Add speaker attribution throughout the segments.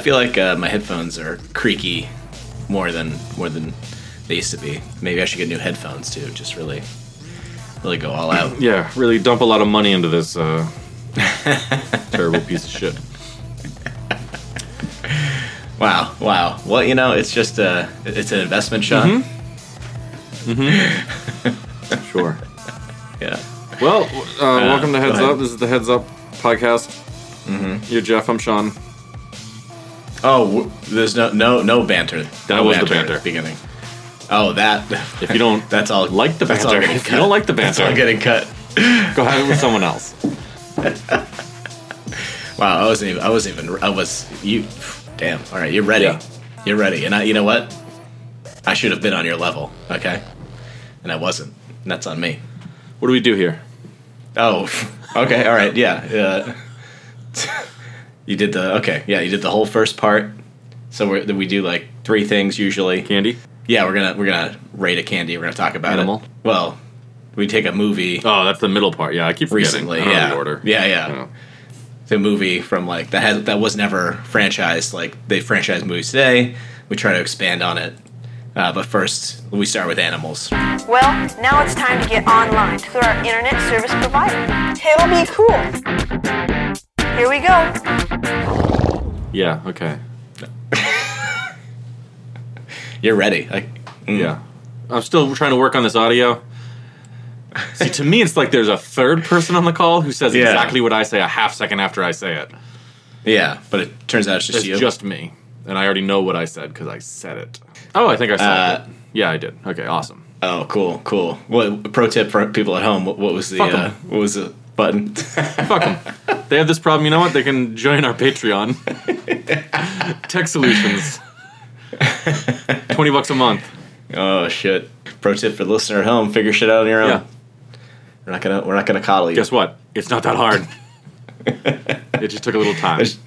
Speaker 1: feel like uh, my headphones are creaky more than more than they used to be. Maybe I should get new headphones too. Just really, really go all out.
Speaker 2: Yeah, really dump a lot of money into this uh, terrible piece of shit.
Speaker 1: Wow, wow. Well, you know, it's just a it's an investment, Sean.
Speaker 2: Mm-hmm. Sure.
Speaker 1: Yeah.
Speaker 2: Well, uh, welcome to Heads
Speaker 1: go ahead.
Speaker 2: Up. This is the Heads Up podcast. You're Jeff. I'm Sean.
Speaker 1: Oh, w- there's no no no banter.
Speaker 2: That
Speaker 1: No
Speaker 2: was the
Speaker 1: at
Speaker 2: banter.
Speaker 1: beginning. Oh, that.
Speaker 2: If you don't
Speaker 1: that's all.
Speaker 2: like the
Speaker 1: that's all
Speaker 2: banter,
Speaker 1: getting
Speaker 2: if you
Speaker 1: cut.
Speaker 2: don't like the
Speaker 1: That's all
Speaker 2: banter.
Speaker 1: getting cut.
Speaker 2: go have it with someone else.
Speaker 1: Wow, I wasn't even. I wasn't even. I was you. Damn. All right, you're ready.
Speaker 2: Yeah.
Speaker 1: You're ready. And I, you know what? I should have been on your level. Okay. And I wasn't. And that's on me.
Speaker 2: What do we do here?
Speaker 1: Oh. Okay. All right. Yeah. Yeah. uh, you did the. Okay. Yeah. You did the whole first part. So we're, we do like three things usually.
Speaker 2: Candy?
Speaker 1: Yeah, we're gonna we're gonna rate a candy. We're gonna talk about
Speaker 2: Animal?
Speaker 1: it. Well, we take a movie
Speaker 2: Oh, that's the middle part. Yeah, I keep forgetting.
Speaker 1: recently.
Speaker 2: I don't know
Speaker 1: yeah.
Speaker 2: the order. Oh.
Speaker 1: yeah, yeah,
Speaker 2: I don't know.
Speaker 1: The movie from like that has that was never franchised. Like they franchise movies today. We try to expand on it, uh, but first we start with animals.
Speaker 3: Well, now it's time to get online through our internet service provider. It'll be cool. Here we go.
Speaker 2: Yeah. Okay.
Speaker 1: You're ready. I, mm.
Speaker 2: Yeah. I'm still trying to work on this audio. See, to me, it's like there's a third person on the call who says
Speaker 1: Yeah.
Speaker 2: exactly what I say a half second after I say it.
Speaker 1: yeah. But it turns out it's just
Speaker 2: It's
Speaker 1: you.
Speaker 2: just me. And I already know what I said because I said it. Oh, I think I said
Speaker 1: Uh,
Speaker 2: it. Yeah, I did. Okay, awesome.
Speaker 1: oh, cool, cool. What pro tip for people at home? What, what was the
Speaker 2: Fuck 'em.
Speaker 1: uh, what was the button?
Speaker 2: Fuck them. they have this problem. You know what? They can join our Patreon. Tech Solutions. 20 bucks a month.
Speaker 1: oh shit. Pro tip for the listener at home: figure shit out on your own.
Speaker 2: Yeah.
Speaker 1: We're not gonna we're not gonna coddle you.
Speaker 2: Guess what? It's not that hard. it just took a little time.
Speaker 1: There's-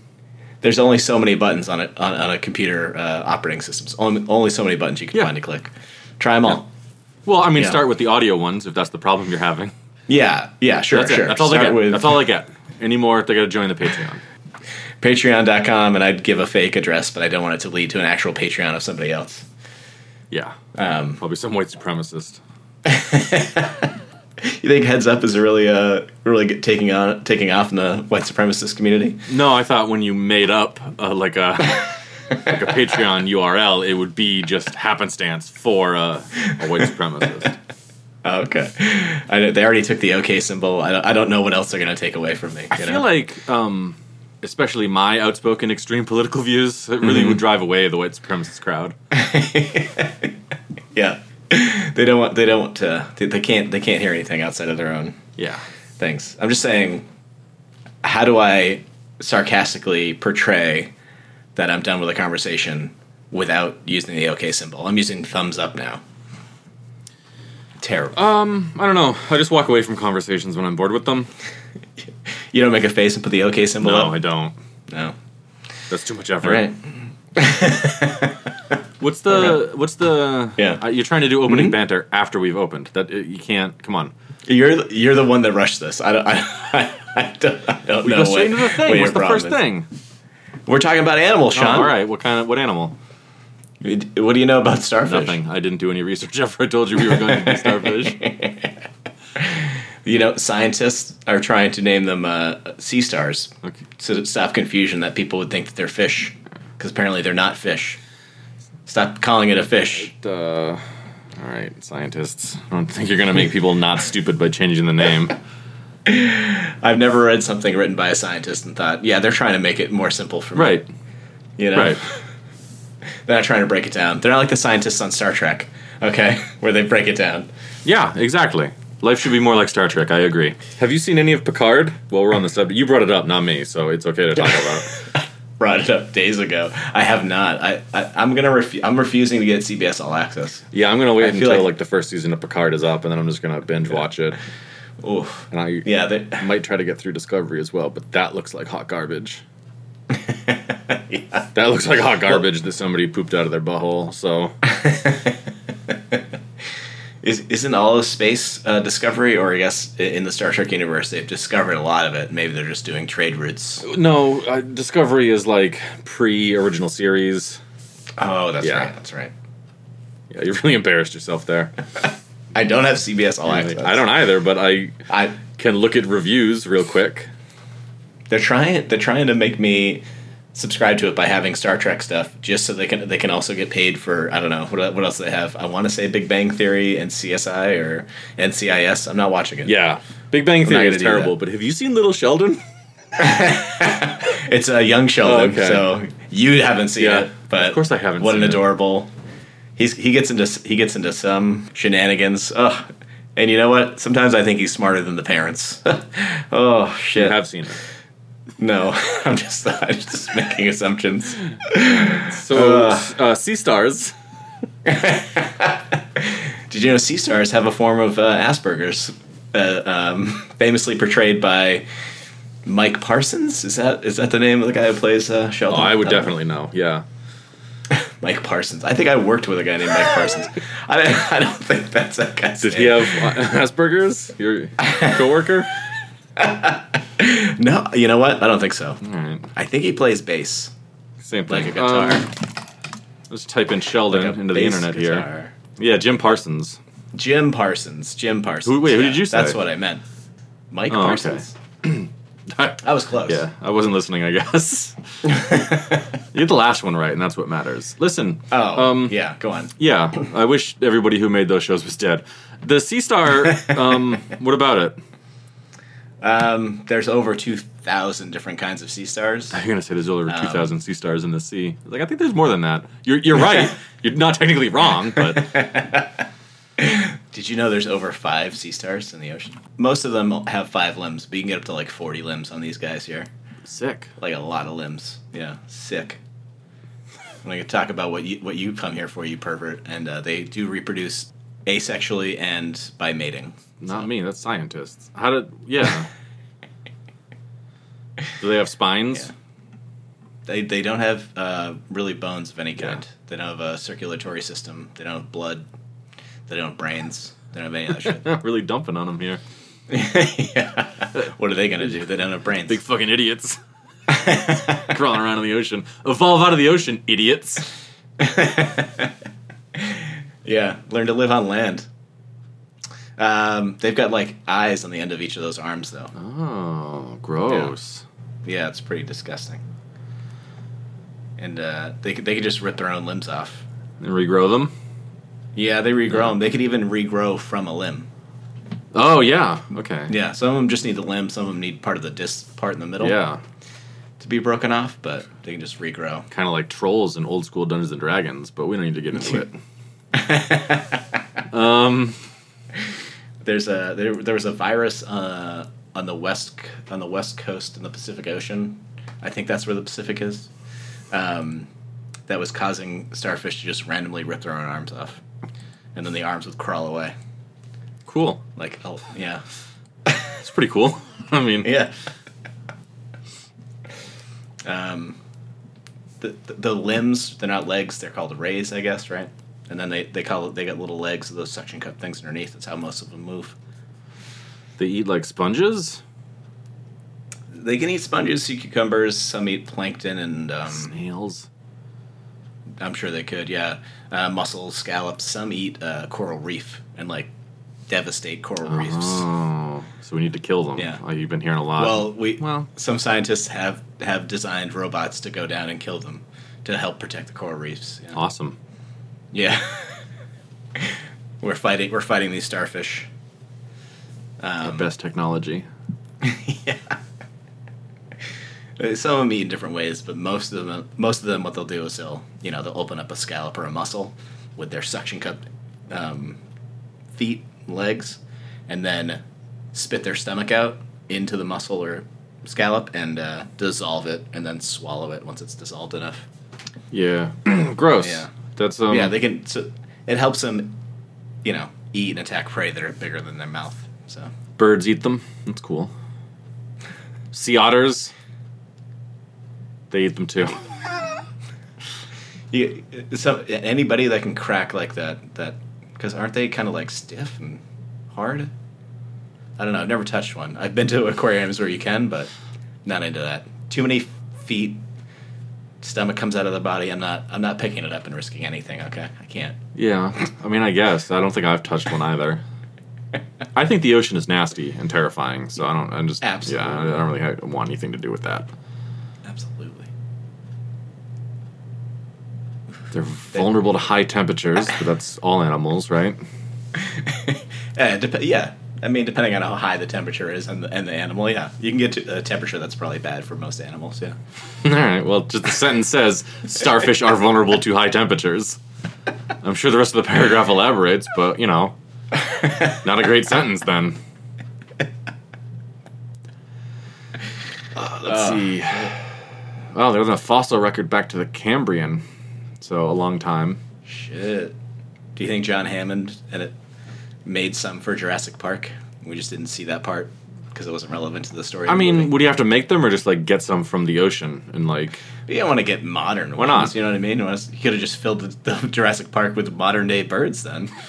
Speaker 1: there's only so many buttons on a on, on a computer uh, operating system. So Only, only so many buttons you can
Speaker 2: Yeah.
Speaker 1: find to click. Try them all.
Speaker 2: Well, I mean,
Speaker 1: Yeah.
Speaker 2: start with the audio ones if that's the problem you're having.
Speaker 1: Yeah, yeah, sure,
Speaker 2: That's
Speaker 1: sure.
Speaker 2: it. That's all
Speaker 1: Start
Speaker 2: they get.
Speaker 1: with
Speaker 2: That's all they get. Any more, they got to join the Patreon.
Speaker 1: Patreon.com, and I'd give a fake address, but I don't want it to lead to an actual Patreon of somebody else.
Speaker 2: Yeah.
Speaker 1: Um,
Speaker 2: Probably some white supremacist.
Speaker 1: you think Heads Up is really uh really get, taking on taking off in the white supremacist community?
Speaker 2: No, I thought when you made up uh, like a like a Patreon URL, it would be just happenstance for uh, a white supremacist.
Speaker 1: Oh, okay, I, don't- they already took the OK symbol. I don't, I don't know what else they're gonna take away from me. You
Speaker 2: I
Speaker 1: know?
Speaker 2: feel like, um, especially my outspoken extreme political views, it really would drive away the white supremacist crowd.
Speaker 1: yeah, they don't want they don't want to they, they can't they can't hear anything outside of their own
Speaker 2: Yeah.
Speaker 1: Thanks. I'm just saying, how do I sarcastically portray that I'm done with a conversation without using the OK symbol? I'm using thumbs up now. Terrible.
Speaker 2: Uh, I don't know. I just walk away from conversations when I'm bored with them.
Speaker 1: you don't make a face and put the OK symbol
Speaker 2: No, I
Speaker 1: up?
Speaker 2: don't.
Speaker 1: No.
Speaker 2: That's too much effort.
Speaker 1: All right.
Speaker 2: What's the what's the
Speaker 1: Yeah.
Speaker 2: uh, you're trying to do opening banter after we've opened. That uh, you can't. Come on.
Speaker 1: You're, the- you're the one that rushed this. I don't, I, I don't, I don't
Speaker 2: We
Speaker 1: know.
Speaker 2: go straight
Speaker 1: what-
Speaker 2: into the
Speaker 1: what
Speaker 2: thing.
Speaker 1: your
Speaker 2: What's the
Speaker 1: problem
Speaker 2: first
Speaker 1: is.
Speaker 2: thing?
Speaker 1: We're talking about animals,
Speaker 2: Oh,
Speaker 1: Sean.
Speaker 2: all right. What kind of what animal?
Speaker 1: What do you know about starfish?
Speaker 2: Nothing. I didn't do any research after I told you we were going to do starfish.
Speaker 1: You know, scientists are trying to name them uh, sea stars.
Speaker 2: Okay.
Speaker 1: so to stop confusion that people would think that they're fish because apparently they're not fish stop calling it a fish
Speaker 2: Uh, all right, scientists. I don't think you're going to make people not stupid by changing the name.
Speaker 1: i've never read something written by a scientist and thought yeah they're trying to make it more simple for me
Speaker 2: Right.
Speaker 1: you know
Speaker 2: Right.
Speaker 1: they're not trying to break it down they're not like the scientists on star trek okay where they break it down
Speaker 2: Yeah. Exactly. Life should be more like Star Trek. I agree. Have you seen any of Picard? Well, we're on the subject. You brought it up, not me, so it's okay to talk about.
Speaker 1: brought it up days ago i have not i, I i'm gonna refu- i'm refusing to get cbs all access
Speaker 2: Yeah, I'm gonna wait
Speaker 1: I feel
Speaker 2: until like,
Speaker 1: like-
Speaker 2: the first season of Picard is up, and then I'm just gonna binge watch it.
Speaker 1: Oof.
Speaker 2: And I
Speaker 1: yeah they,
Speaker 2: might try to get through Discovery as well, but that looks like hot garbage. That looks like hot garbage that somebody pooped out of their butthole. So
Speaker 1: Is, isn't all of space uh, discovery, or I guess i- in the Star Trek universe, they've discovered a lot of it. Maybe they're just doing trade routes.
Speaker 2: No, uh, Discovery is like pre original series.
Speaker 1: Oh, that's
Speaker 2: Yeah.
Speaker 1: right. That's right.
Speaker 2: Yeah, you really embarrassed yourself there.
Speaker 1: I don't have CBS All Access.
Speaker 2: I don't either, but I
Speaker 1: I
Speaker 2: can look at reviews real quick.
Speaker 1: they're trying. They're trying to make me subscribe to it by having Star Trek stuff, just so they can they can also get paid for. I don't know what what else they have. I want to say Big Bang Theory and CSI or NCIS. I'm not watching it.
Speaker 2: Yeah. Big Bang
Speaker 1: not
Speaker 2: Theory
Speaker 1: gonna
Speaker 2: is
Speaker 1: do
Speaker 2: terrible,
Speaker 1: that.
Speaker 2: but have you seen Little Sheldon?
Speaker 1: It's a young Sheldon,
Speaker 2: Oh, okay.
Speaker 1: so you haven't seen
Speaker 2: Yeah.
Speaker 1: it, but
Speaker 2: Of course I haven't
Speaker 1: What an
Speaker 2: seen it.
Speaker 1: adorable! He's he gets into he gets into some shenanigans. Ugh. And you know what? Sometimes I think he's smarter than the parents. oh shit!
Speaker 2: I have seen it.
Speaker 1: no, I'm just I'm just making assumptions.
Speaker 2: So,
Speaker 1: Ugh.
Speaker 2: uh, Sea Stars.
Speaker 1: Did you know sea stars have a form of uh, Asperger's, uh, um, famously portrayed by Mike Parsons? Is that is that the name of the guy who plays uh,
Speaker 2: Oh,
Speaker 1: Sheldon?
Speaker 2: I would
Speaker 1: don't know.
Speaker 2: definitely know. Yeah.
Speaker 1: Mike Parsons. I think I worked with a guy named Mike Parsons. I don't, I don't think that's that guy's
Speaker 2: Did he
Speaker 1: name.
Speaker 2: have uh, Asperger's? Your coworker?
Speaker 1: No, you know what? I don't think so.
Speaker 2: All right.
Speaker 1: I think he plays bass,
Speaker 2: Same thing.
Speaker 1: like a guitar.
Speaker 2: Um, let's type in Sheldon
Speaker 1: like a
Speaker 2: into the
Speaker 1: bass
Speaker 2: internet here.
Speaker 1: guitar.
Speaker 2: Yeah, Jim Parsons.
Speaker 1: Jim Parsons. Jim Parsons.
Speaker 2: Who- wait, who did you
Speaker 1: That's
Speaker 2: say?
Speaker 1: what I meant. Mike
Speaker 2: Oh, okay.
Speaker 1: Parsons. I was close.
Speaker 2: yeah, I wasn't listening, I guess. you get the last one right, and that's what matters. Listen.
Speaker 1: Oh,
Speaker 2: um,
Speaker 1: yeah. Go on.
Speaker 2: yeah, I wish everybody who made those shows was dead. The Sea Star, um, what about it?
Speaker 1: Um, there's over two thousand different kinds of sea stars.
Speaker 2: You're gonna say there's over
Speaker 1: Um,
Speaker 2: 2,000 sea stars in the sea. Like I think there's more than that. You're you're right. you're not technically wrong, but
Speaker 1: Did you know there's over five sea stars in the ocean? Most of them have five limbs, but you can get up to like forty limbs on these guys here.
Speaker 2: sick.
Speaker 1: like a lot of limbs. Yeah, sick. And I could talk about what you what you come here for, you pervert. And uh, they do reproduce asexually and by mating.
Speaker 2: Not me. That's scientists. How did? Yeah. Do they have spines?
Speaker 1: Yeah. They they don't have uh, really bones of any kind. They don't have a circulatory system. They don't have blood. They don't have brains. They don't have any of that
Speaker 2: really dumping on them here.
Speaker 1: shit. yeah. What are they gonna do? They don't have brains.
Speaker 2: Big fucking idiots. Crawling around in the ocean. Evolve out of the ocean, idiots.
Speaker 1: Yeah, learn to live on land. Um, they've got like eyes on the end of each of those arms, though.
Speaker 2: Oh, gross.
Speaker 1: Yeah, it's pretty disgusting. And uh, they could they could just rip their own limbs off.
Speaker 2: And regrow them.
Speaker 1: Yeah, they regrow them. They could even regrow from a limb.
Speaker 2: Oh yeah. Okay.
Speaker 1: Yeah, some of them just need the limb. Some of them need part of the disc part in the middle.
Speaker 2: Yeah.
Speaker 1: to be broken off, but they can just regrow.
Speaker 2: Kind of like trolls in old school Dungeons and Dragons, but we don't need to get into it. um.
Speaker 1: There's a there, there was a virus uh, on the west c- on the west coast in the Pacific Ocean. I think that's where the Pacific is. Um, that was causing starfish to just randomly rip their own arms off, and then the arms would crawl away.
Speaker 2: Cool.
Speaker 1: Like oh yeah.
Speaker 2: It's pretty cool. I mean,
Speaker 1: Yeah. Um, the, the the limbs they're not legs they're called rays I guess right and then they they call it they got little legs of those suction cup things underneath that's how most of them move
Speaker 2: they eat like sponges,
Speaker 1: they can eat sponges sea cucumbers some eat plankton and um,
Speaker 2: snails.
Speaker 1: I'm sure they could yeah uh, mussels scallops some eat uh, coral reef and like devastate coral reefs
Speaker 2: Oh, so we need to kill them.
Speaker 1: Yeah.
Speaker 2: Oh, you've been hearing a lot.
Speaker 1: well we
Speaker 2: well.
Speaker 1: some scientists have have designed robots to go down and kill them to help protect the coral reefs yeah.
Speaker 2: awesome.
Speaker 1: Yeah. we're fighting we're fighting these starfish. um,
Speaker 2: The best technology.
Speaker 1: yeah. Uh, Some of them eat in different ways, but most of them most of them what they'll do is they'll you know, they'll open up a scallop or a mussel with their suction cup um, feet, legs, and then spit their stomach out into the mussel or scallop and uh, dissolve it and then swallow it once it's dissolved enough.
Speaker 2: Yeah. Gross.
Speaker 1: Yeah.
Speaker 2: That's um.
Speaker 1: yeah, they can. So it helps them, you know, eat and attack prey that are bigger than their mouth. So
Speaker 2: birds eat them. That's cool. Sea otters. They eat them too.
Speaker 1: You, so anybody that can crack like that that Because aren't they kind of like stiff and hard? I don't know. I've never touched one. I've been to aquariums where you can, but not into that. Too many feet. Stomach comes out of the body. I'm not. I'm not picking it up and risking anything. Okay, I can't.
Speaker 2: Yeah, I mean, I guess I don't think I've touched one either. I think the ocean is nasty and terrifying, so I don't. I'm just
Speaker 1: Absolutely.
Speaker 2: Yeah, I don't really ha- want anything to do with that.
Speaker 1: Absolutely.
Speaker 2: They're vulnerable to high temperatures, but that's all animals, right?
Speaker 1: Uh, dep- yeah. I mean, depending on how high the temperature is and the, and the animal, yeah, you can get to a temperature that's probably bad for most animals. Yeah.
Speaker 2: All right. Well, just the sentence says starfish are vulnerable to high temperatures. I'm sure the rest of the paragraph elaborates, but you know, not a great sentence then. Uh, let's see. Well, there's a fossil record back to the Cambrian, so a long time.
Speaker 1: Shit. Do you think John Hammond and it made some for Jurassic Park? We just didn't see that part because it wasn't relevant to the story.
Speaker 2: I
Speaker 1: of the
Speaker 2: mean,
Speaker 1: movie.
Speaker 2: would you have to make them, or just like get some from the ocean and like?
Speaker 1: you don't want to get modern.
Speaker 2: Why
Speaker 1: ones,
Speaker 2: not?
Speaker 1: You know what I mean? You could have just filled the, the Jurassic Park with modern day birds then.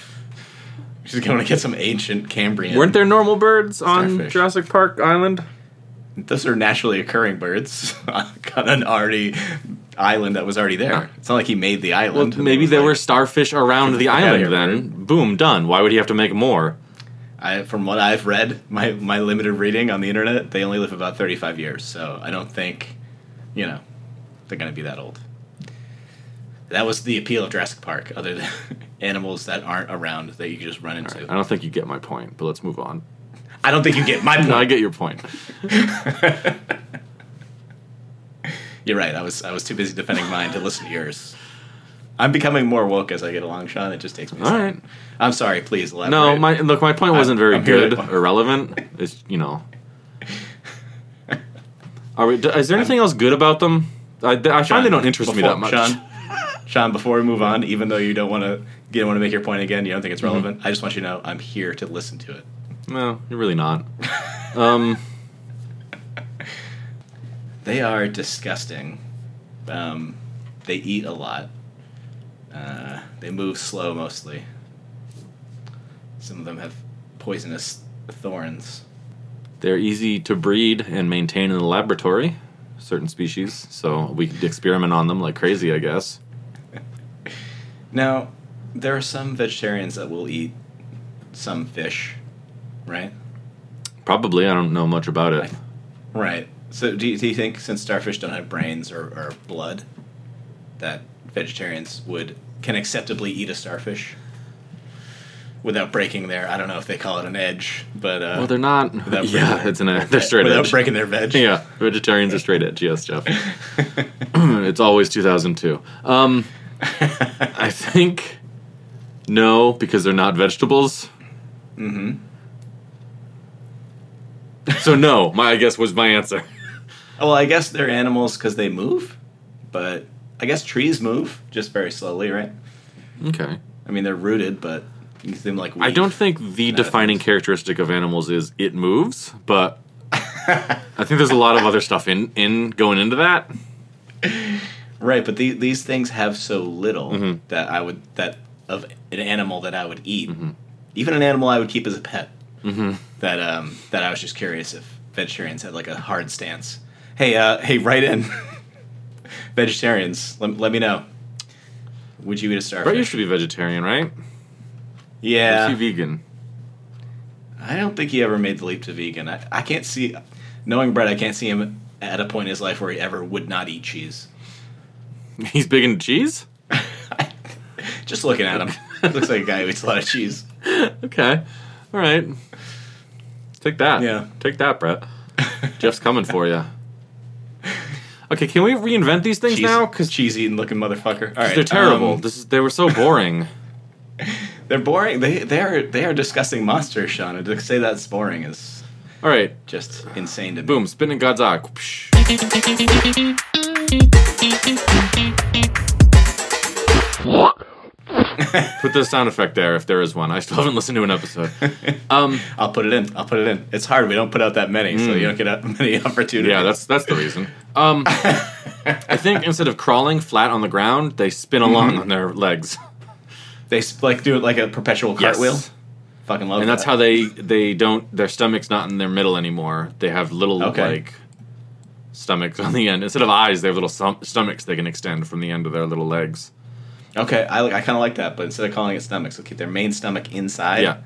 Speaker 1: Just going to get some ancient Cambrian.
Speaker 2: Weren't there normal birds on
Speaker 1: Starfish.
Speaker 2: Jurassic Park Island?
Speaker 1: Those are naturally occurring birds on an already island that was already there.
Speaker 2: Yeah.
Speaker 1: It's not like he made the
Speaker 2: Well,
Speaker 1: island.
Speaker 2: maybe
Speaker 1: It was
Speaker 2: there
Speaker 1: like-
Speaker 2: were starfish around the
Speaker 1: Yeah,
Speaker 2: island
Speaker 1: you're
Speaker 2: then. Boom, done. Why would he have to make more?
Speaker 1: I, from what I've read, my, my limited reading on the internet, they only live about 35 years. So I don't think, you know, they're going to be that old. That was the appeal of Jurassic Park, other than animals that aren't around that you can just run into.
Speaker 2: I don't think you get my point, but let's move on.
Speaker 1: I don't think you get my
Speaker 2: No, I
Speaker 1: point.
Speaker 2: get your point.
Speaker 1: You're right. I was I was too busy defending mine to listen to yours. I'm becoming more woke as I get along, Sean. It just takes me. a
Speaker 2: All
Speaker 1: second.
Speaker 2: right.
Speaker 1: I'm sorry. Please elaborate.
Speaker 2: No, my look, my point wasn't very
Speaker 1: I'm here
Speaker 2: good
Speaker 1: to-
Speaker 2: or relevant. It's you know. Are we? d- Is there anything else good about them? I, th- I
Speaker 1: Sean,
Speaker 2: find they don't interest me
Speaker 1: before-
Speaker 2: that much.
Speaker 1: Sean, Sean, before we move on, even though you don't want to, you don't want to make your point again, you don't think
Speaker 2: Mm-hmm.
Speaker 1: it's relevant. I just want you to know I'm here to listen to it.
Speaker 2: No, you're really not. Um,
Speaker 1: They are disgusting. Um, they eat a lot. Uh, they move slow mostly. Some of them have poisonous thorns.
Speaker 2: they're easy to breed and maintain in the laboratory. Certain species, so we could experiment on them like crazy, I guess.
Speaker 1: Now, there are some vegetarians that will eat some fish, right?
Speaker 2: Probably, I don't know much about it.
Speaker 1: Right. So, do you, do you think since starfish don't have brains or, or blood, that vegetarians would can acceptably eat a starfish without breaking their I don't know if they call it an edge, but uh,
Speaker 2: Well, they're not.
Speaker 1: without
Speaker 2: yeah,
Speaker 1: breaking-
Speaker 2: it's an they're straight
Speaker 1: without
Speaker 2: edge.
Speaker 1: breaking their veg.
Speaker 2: yeah, vegetarians are straight edge. Yes, Jeff. it's always 2002. Um, I think no, because they're not vegetables. Mm-hmm. So no, my I guess was my answer.
Speaker 1: Well, I guess they're animals because they move, but I guess trees move just very slowly, right?
Speaker 2: Okay.
Speaker 1: I mean, they're rooted, but you seem like
Speaker 2: I
Speaker 1: weak.
Speaker 2: don't think the defining characteristic of animals is it moves, but I think there's a lot of other stuff in in going into that.
Speaker 1: Right, but the, these things have so little that I would that of an animal that I would eat, even an animal I would keep as a pet. That um that I was just curious if vegetarians had like a hard stance. Hey, uh, hey, write in, vegetarians. Let, let me know. Would you eat a
Speaker 2: Brett
Speaker 1: starfish?
Speaker 2: used to be vegetarian, right?
Speaker 1: yeah,
Speaker 2: Is he vegan?
Speaker 1: I don't think he ever made the leap to vegan. I, I can't see, knowing Brett, I can't see him at a point in his life where he ever would not eat cheese.
Speaker 2: He's big into cheese?
Speaker 1: Just looking at him, looks like a guy who eats a lot of cheese.
Speaker 2: Okay. All right. Take that.
Speaker 1: Yeah.
Speaker 2: Take that, Brett. Jeff's coming for you. Okay, can we reinvent these things
Speaker 1: cheese,
Speaker 2: now? Because
Speaker 1: cheese eating looking motherfucker. All right,
Speaker 2: they're terrible.
Speaker 1: um,
Speaker 2: this is, they were so boring.
Speaker 1: they're boring. They they are they are disgusting monsters, Sean. And to say that's boring is
Speaker 2: All right.
Speaker 1: just insane to me.
Speaker 2: Boom. Spinning God's eye. Whoosh. Put the sound effect there if there is one. I still haven't listened to an episode. Um,
Speaker 1: I'll put it in. I'll put it in. It's hard. We don't put out that many, so you don't get out many opportunities.
Speaker 2: Mm. Yeah, that's that's the reason. Um,
Speaker 1: Mm-hmm.
Speaker 2: I think instead of crawling flat on the ground, they spin along on their legs.
Speaker 1: They s- like do it like a perpetual
Speaker 2: Yes.
Speaker 1: cartwheel. Fucking love
Speaker 2: and that's
Speaker 1: that.
Speaker 2: how they they don't their stomach's not in their middle anymore. They have little
Speaker 1: Okay.
Speaker 2: like stomachs on the end instead of eyes. They have little stom- stomachs they can extend from the end of their little legs.
Speaker 1: Okay, I, I kind of like that, but instead of calling it stomachs, they'll keep their main stomach inside.
Speaker 2: yeah,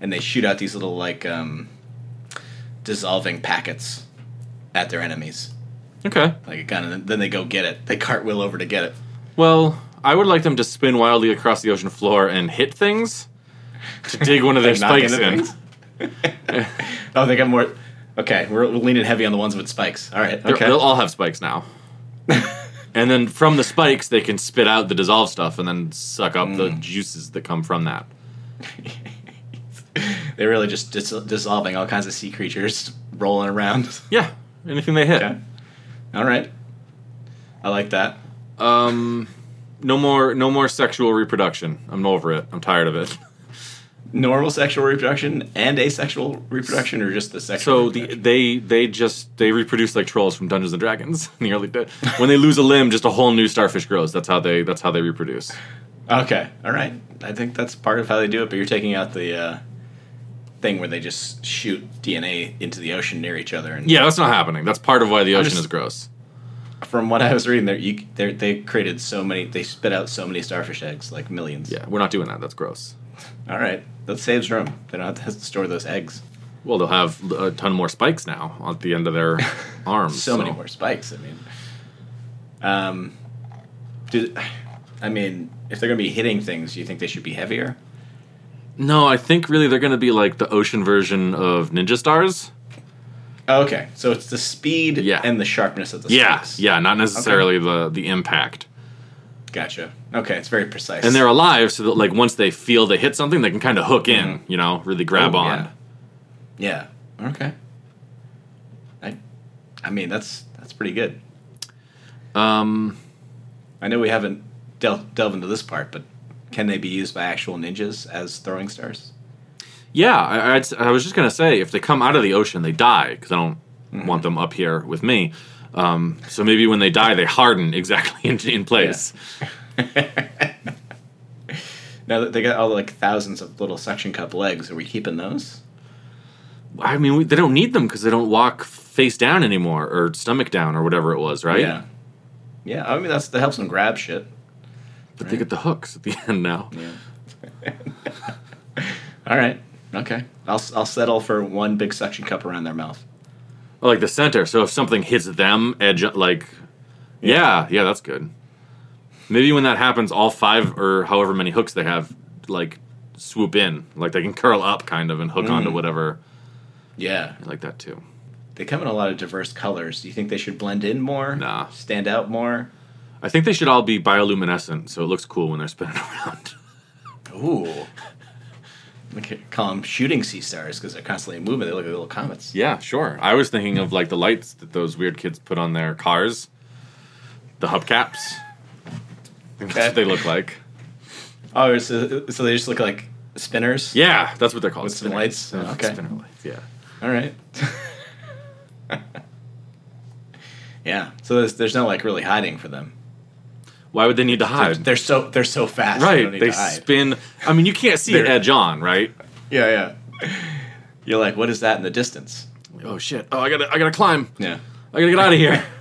Speaker 1: And they shoot out these little, like, um, dissolving packets at their enemies.
Speaker 2: okay.
Speaker 1: Like, kind of, then they go get it. They cartwheel over to get it.
Speaker 2: Well, I would like them to spin wildly across the ocean floor and hit things to dig one of their
Speaker 1: Like, knock
Speaker 2: spikes
Speaker 1: into
Speaker 2: in.
Speaker 1: things? oh, they got more. Okay, we're, we're leaning heavy on the ones with spikes. All right,
Speaker 2: They're-
Speaker 1: okay.
Speaker 2: They'll all have spikes now. and then from the spikes, they can spit out the dissolved stuff and then suck up the
Speaker 1: Mm.
Speaker 2: juices that come from that.
Speaker 1: They're really just dis- dissolving all kinds of sea creatures rolling around.
Speaker 2: Yeah, anything they hit.
Speaker 1: Okay. All right. I like that.
Speaker 2: Um, no more, no more sexual reproduction. I'm over it. I'm tired of it.
Speaker 1: Normal sexual reproduction and asexual reproduction, or just the sexual?
Speaker 2: So the, they they just they reproduce like trolls from Dungeons and Dragons in the early day. When they lose a limb, just a whole new starfish grows. That's how they that's how they reproduce.
Speaker 1: okay, all right. I think that's part of how they do it. But you're taking out the uh, thing where they just shoot DNA into the ocean near each other. And
Speaker 2: Yeah, that's not happening. That's part of why the ocean
Speaker 1: just-
Speaker 2: is gross.
Speaker 1: from what I was reading, there you they're- they created so many. They spit out so many starfish eggs, like millions.
Speaker 2: Yeah, we're not doing that. That's gross.
Speaker 1: All right, that saves room. They don't have to store those eggs.
Speaker 2: Well, they'll have a ton more spikes now at the end of their arms.
Speaker 1: so, many more spikes. I mean, um, do I mean if they're gonna be hitting things, do you think they should be heavier?
Speaker 2: No, I think really they're going to be like the ocean version of Ninja Stars.
Speaker 1: Okay, so it's the speed
Speaker 2: Yeah.
Speaker 1: and the sharpness of the
Speaker 2: Yeah,
Speaker 1: spikes.
Speaker 2: yeah, not necessarily the the impact.
Speaker 1: Gotcha. Okay, it's very precise.
Speaker 2: And they're alive, so that like once they feel they hit something, they can kind of hook in. You know, really grab
Speaker 1: Oh,
Speaker 2: on.
Speaker 1: yeah. yeah. Okay. I, I mean that's that's pretty good.
Speaker 2: Um,
Speaker 1: I know we haven't delved delved into this part, but can they be used by actual ninjas as throwing stars?
Speaker 2: yeah, I, I'd s- I was just gonna say if they come out of the ocean, they die because I don't
Speaker 1: Mm-hmm.
Speaker 2: want them up here with me. Um, so maybe when they die, they harden exactly in, in place.
Speaker 1: Now that they got all like thousands of little suction cup legs, are we keeping those?
Speaker 2: I mean, we, they don't need them because they don't walk face down anymore or stomach down or whatever it was, right?
Speaker 1: Yeah. Yeah, I mean that's that helps them grab shit.
Speaker 2: But they get the hooks at the end now.
Speaker 1: Yeah. all right. Okay. I'll s- I'll settle for one big suction cup around their mouth.
Speaker 2: Oh, like the center. So if something hits them, edge like, yeah, yeah, that's good. Maybe when that happens, all five or however many hooks they have, like, swoop in, like they can curl up kind of and hook onto whatever.
Speaker 1: Yeah.
Speaker 2: I like that too.
Speaker 1: They come in a lot of diverse colors. Do you think they should blend in more?
Speaker 2: Nah.
Speaker 1: Stand out more?
Speaker 2: I think they should all be bioluminescent, so it looks cool when they're spinning around.
Speaker 1: Ooh. We could call them shooting sea stars because they're constantly moving. They look like little comets.
Speaker 2: yeah, sure. I was thinking of like the lights that those weird kids put on their cars, the hubcaps. I think that's what they look like.
Speaker 1: Oh, so, so they just look like spinners?
Speaker 2: Yeah, that's what they're called.
Speaker 1: With some
Speaker 2: spinner-
Speaker 1: lights?
Speaker 2: uh,
Speaker 1: Okay.
Speaker 2: Spinner lights. Yeah.
Speaker 1: All right. yeah. So there's, there's no like really hiding for them.
Speaker 2: Why would they need to
Speaker 1: They're,
Speaker 2: hide?
Speaker 1: they're so they're so fast. They,
Speaker 2: right.
Speaker 1: don't
Speaker 2: They,
Speaker 1: need to hide.
Speaker 2: spin. I mean, you can't see it
Speaker 1: They're-
Speaker 2: edge on, right?
Speaker 1: Yeah, yeah. You're like, what is that in the distance?
Speaker 2: Oh shit! Oh, I gotta, I gotta climb.
Speaker 1: Yeah.
Speaker 2: I gotta get out of here.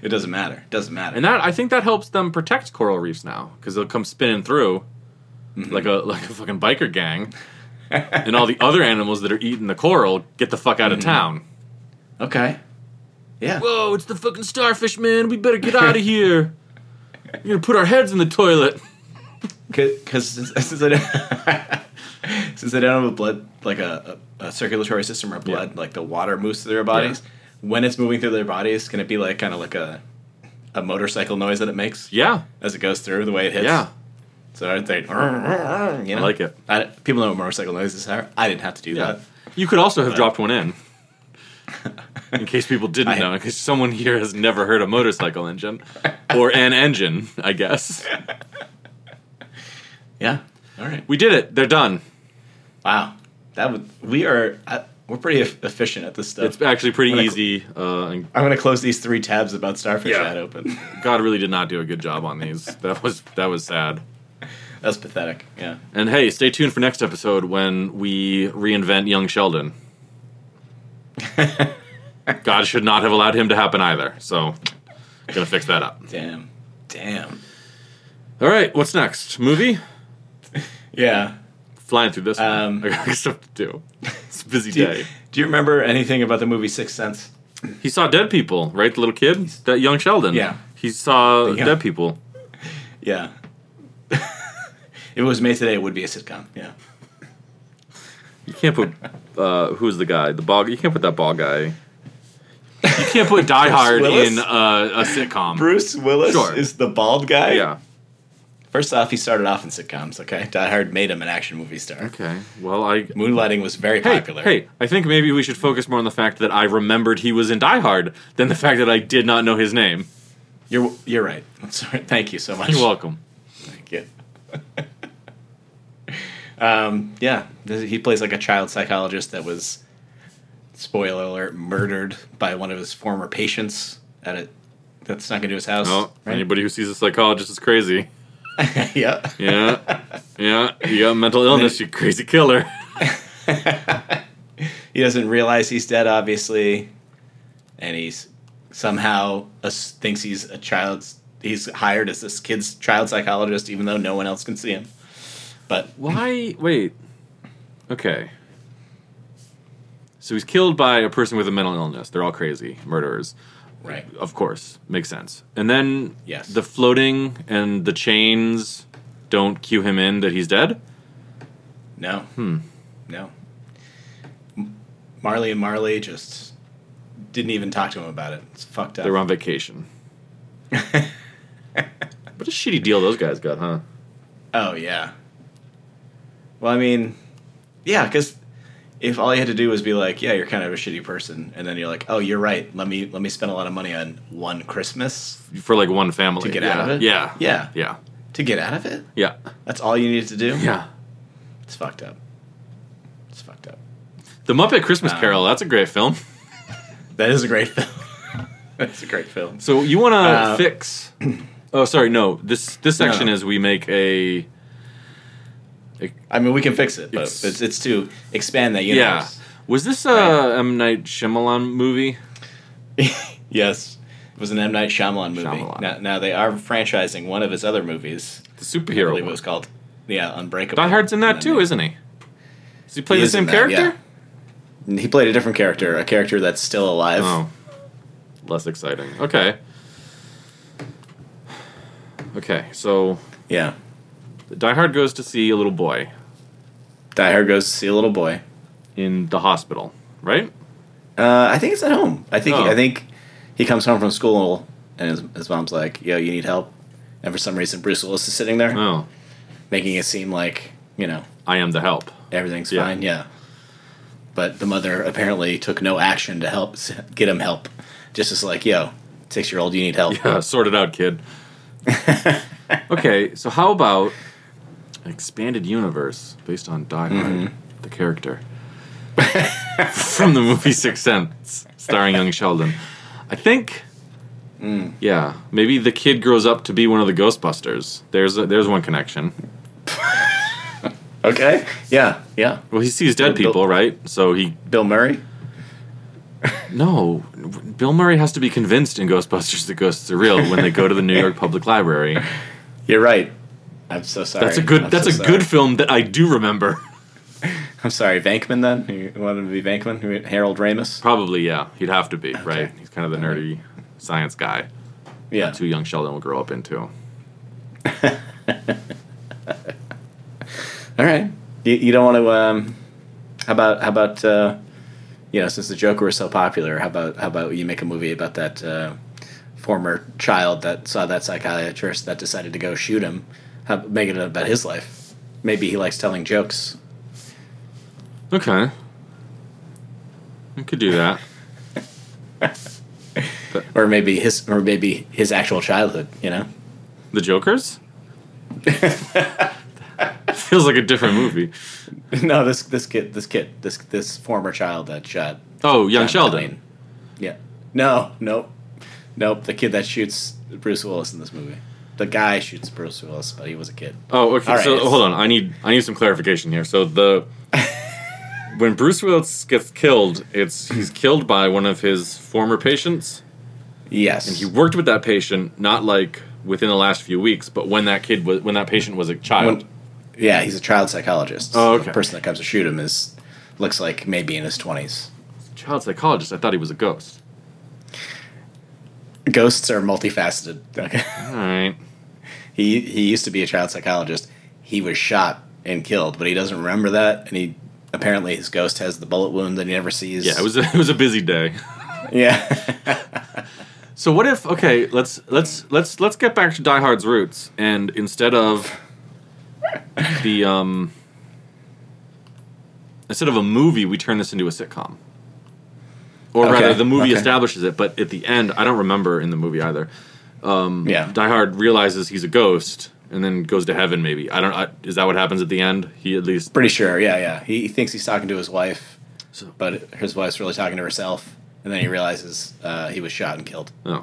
Speaker 1: It doesn't matter. It doesn't matter.
Speaker 2: and that, I think that helps them protect coral reefs now because they'll come spinning through, like a like a fucking biker gang, and all the other animals that are eating the coral get the fuck out of town.
Speaker 1: okay. Yeah.
Speaker 2: Mm-hmm. Whoa! It's the fucking starfish man. We better get out of here. You're gonna put our heads in the toilet.
Speaker 1: because since I don't, since they don't have a blood like a, a, a circulatory system or blood like the water moves through their bodies when it's moving through their bodies can it be like kind of like a a motorcycle noise that it makes
Speaker 2: Yeah.
Speaker 1: as it goes through the way it hits
Speaker 2: Yeah.
Speaker 1: so I think you know?
Speaker 2: I like it.
Speaker 1: I, people know what motorcycle noises are I didn't have to do
Speaker 2: Yeah.
Speaker 1: that
Speaker 2: You could also have dropped one in. In case people didn't
Speaker 1: I-
Speaker 2: know, in case someone here has never heard a motorcycle engine or an engine, I guess.
Speaker 1: yeah all right
Speaker 2: We did it. They're done.
Speaker 1: wow that would we are I, we're pretty eff- efficient at this stuff
Speaker 2: It's actually pretty
Speaker 1: Like-
Speaker 2: easy. Uh, and
Speaker 1: I'm gonna close these three tabs about starfish
Speaker 2: Yeah.
Speaker 1: I had open
Speaker 2: God really did not do a good job on these. That was that was sad.
Speaker 1: That's pathetic. Yeah.
Speaker 2: And hey, stay tuned for next episode when we reinvent young Sheldon. God should not have allowed him to happen either. So, gonna fix that up.
Speaker 1: Damn. Damn.
Speaker 2: All right, what's next? Movie?
Speaker 1: Yeah.
Speaker 2: Flying through this. one.
Speaker 1: Um,
Speaker 2: I got stuff to do. It's a busy
Speaker 1: Do
Speaker 2: day.
Speaker 1: you, do you remember anything about the movie Sixth Sense?
Speaker 2: He saw dead people, right? The little kid, that young Sheldon.
Speaker 1: Yeah.
Speaker 2: he saw
Speaker 1: young-
Speaker 2: dead people.
Speaker 1: Yeah. if it was made today, it would be a sitcom. Yeah.
Speaker 2: You can't put uh, who's the guy? The ball. You can't put that ball guy. You can't put Die Hard
Speaker 1: Willis?
Speaker 2: in uh, a sitcom.
Speaker 1: Bruce Willis
Speaker 2: Sure.
Speaker 1: is the bald guy.
Speaker 2: Yeah.
Speaker 1: First off, he started off in sitcoms. Okay. Die Hard made him an action movie star.
Speaker 2: Okay. Well, I.
Speaker 1: Moonlighting was very
Speaker 2: Hey,
Speaker 1: popular.
Speaker 2: hey, I think maybe we should focus more on the fact that I remembered he was in Die Hard than the fact that I did not know his name.
Speaker 1: You're you're right. I'm sorry. Thank you so much.
Speaker 2: You're welcome.
Speaker 1: Thank you. um, yeah, th- he plays like a child psychologist that was, spoiler alert, murdered by one of his former patients at a that snuck into his house.
Speaker 2: Oh,
Speaker 1: right?
Speaker 2: anybody who sees a psychologist is crazy.
Speaker 1: yeah.
Speaker 2: Yeah. yeah. You got mental illness, you crazy killer.
Speaker 1: He doesn't realize he's dead, obviously, and he's somehow as- thinks he's a child's. He's hired as this kid's child psychologist, even though no one else can see him. But
Speaker 2: Why? Wait. Okay. So he's killed by a person with a mental illness. They're all crazy murderers,
Speaker 1: right,
Speaker 2: of course. Makes sense. And then
Speaker 1: Yes.
Speaker 2: the floating and the chains don't cue him in that he's dead.
Speaker 1: No.
Speaker 2: Hmm.
Speaker 1: No. M- Marley and Marley just didn't even talk to him about it. It's fucked up.
Speaker 2: They're on vacation. what a shitty deal those guys got, huh?
Speaker 1: Oh yeah. Well, I mean, yeah, because if all you had to do was be like, "Yeah, you're kind of a shitty person," and then you're like, "Oh, you're right. Let me let me spend a lot of money on one Christmas
Speaker 2: For like one family
Speaker 1: to get
Speaker 2: yeah.
Speaker 1: out of it."
Speaker 2: Yeah.
Speaker 1: yeah,
Speaker 2: Yeah.
Speaker 1: To get out of it,
Speaker 2: Yeah.
Speaker 1: that's all you needed to do.
Speaker 2: Yeah.
Speaker 1: It's fucked up. It's fucked up.
Speaker 2: The Muppet Christmas
Speaker 1: Um,
Speaker 2: Carol. That's a great film.
Speaker 1: That is a great film. That's a great film.
Speaker 2: So you want to
Speaker 1: Uh,
Speaker 2: fix? Oh, sorry. No, this this section
Speaker 1: No.
Speaker 2: is we make a
Speaker 1: I mean, we can fix it, but
Speaker 2: It's-
Speaker 1: it's it's, to expand that
Speaker 2: yeah.
Speaker 1: universe.
Speaker 2: Was this a
Speaker 1: Right.
Speaker 2: M Night Shyamalan movie?
Speaker 1: yes. It was an M. Night Shyamalan movie.
Speaker 2: Shyamalan.
Speaker 1: Now, now they are franchising one of his other movies.
Speaker 2: The
Speaker 1: I
Speaker 2: superhero
Speaker 1: believe it
Speaker 2: one.
Speaker 1: was called, yeah, Unbreakable.
Speaker 2: Die Hard's in that
Speaker 1: And
Speaker 2: too,
Speaker 1: they-
Speaker 2: isn't he? Does he play
Speaker 1: He
Speaker 2: the
Speaker 1: is in
Speaker 2: same
Speaker 1: that,
Speaker 2: character?
Speaker 1: yeah. He played a different character, a character that's still alive.
Speaker 2: Oh, less exciting. Okay. Okay, so
Speaker 1: Yeah.
Speaker 2: Die Hard goes to see a little boy
Speaker 1: Die Hard goes to see a little boy.
Speaker 2: in the hospital, right?
Speaker 1: Uh, I think it's at home. I think
Speaker 2: Oh.
Speaker 1: I think he comes home from school and his, his mom's like, "Yo, you need help." And for some reason, Bruce Willis is sitting there,
Speaker 2: Oh,
Speaker 1: making it seem like you know
Speaker 2: I am the help.
Speaker 1: everything's
Speaker 2: Yeah.
Speaker 1: fine. Yeah. But the mother apparently took no action to help s- get him help. Just as like, yo, six year old, you need help.
Speaker 2: Yeah, sort it out, kid. okay, so how about an expanded universe based on Die Hard,
Speaker 1: Mm-hmm.
Speaker 2: the character from the movie Sixth Sense, starring young Sheldon? I think.
Speaker 1: Mm.
Speaker 2: Yeah, maybe the kid grows up to be one of the Ghostbusters. There's a, there's one connection.
Speaker 1: Okay. Yeah. Yeah.
Speaker 2: Well, he sees dead
Speaker 1: Bill-
Speaker 2: people, right? So he
Speaker 1: Bill Murray.
Speaker 2: no. Bill Murray has to be convinced in Ghostbusters that ghosts are real when they go to the New York Public Library.
Speaker 1: You're right. I'm so sorry.
Speaker 2: That's a good.
Speaker 1: I'm
Speaker 2: that's
Speaker 1: so
Speaker 2: a
Speaker 1: sorry.
Speaker 2: good film that I do remember.
Speaker 1: I'm sorry, Vankman. Then you wanted to be Vankman, Who- Harold Ramis.
Speaker 2: Probably, yeah. He'd have to be, right? He's kind of the nerdy science guy.
Speaker 1: Yeah.
Speaker 2: That's who young Sheldon will grow up into.
Speaker 1: All right. You, you don't want to. Um, how about how about uh, you know since the Joker was so popular, how about how about you make a movie about that uh, former child that saw that psychiatrist that decided to go shoot him? How, make it about his life. Maybe he likes telling jokes.
Speaker 2: Okay. I could do that.
Speaker 1: Or maybe his, or maybe his actual childhood. You know,
Speaker 2: The Jokers? Feels like a different movie.
Speaker 1: no, this this kid, this kid, this this former child that shot
Speaker 2: Oh, Young
Speaker 1: John
Speaker 2: Sheldon.
Speaker 1: McClane. Yeah. No, nope. Nope. The kid that shoots Bruce Willis in this movie. the guy shoots Bruce Willis, but he was a kid.
Speaker 2: Oh, okay.
Speaker 1: All right,
Speaker 2: so
Speaker 1: it's-
Speaker 2: hold on. I need I need some clarification here. So the when Bruce Willis gets killed, it's he's killed by one of his former patients.
Speaker 1: Yes.
Speaker 2: And he worked with that patient, not like within the last few weeks, but when that kid was when that patient was a child.
Speaker 1: When- yeah, he's a child psychologist.
Speaker 2: Oh, okay.
Speaker 1: The person that comes to shoot him is looks like maybe in his twenties.
Speaker 2: child psychologist. I thought he was a ghost.
Speaker 1: Ghosts are multifaceted. Okay.
Speaker 2: All right.
Speaker 1: he he used to be a child psychologist. He was shot and killed, but he doesn't remember that. And he apparently his ghost has the bullet wound that he never sees.
Speaker 2: Yeah, it was a, it was a busy day.
Speaker 1: yeah.
Speaker 2: So what if okay, let's let's let's let's get back to Die Hard's roots and instead of the um instead of a movie, we turn this into a sitcom. Or
Speaker 1: Okay,
Speaker 2: rather the movie
Speaker 1: okay.
Speaker 2: establishes it, but at the end, I don't remember in the movie either.
Speaker 1: yeah.
Speaker 2: Die Hard realizes he's a ghost and then goes to heaven maybe. I don't I, is that what happens at the end? He at least
Speaker 1: Pretty sure. Yeah, yeah. He, he thinks he's talking to his wife,
Speaker 2: So-
Speaker 1: but his wife's really talking to herself. And then he realizes uh, he was shot and killed.
Speaker 2: Oh.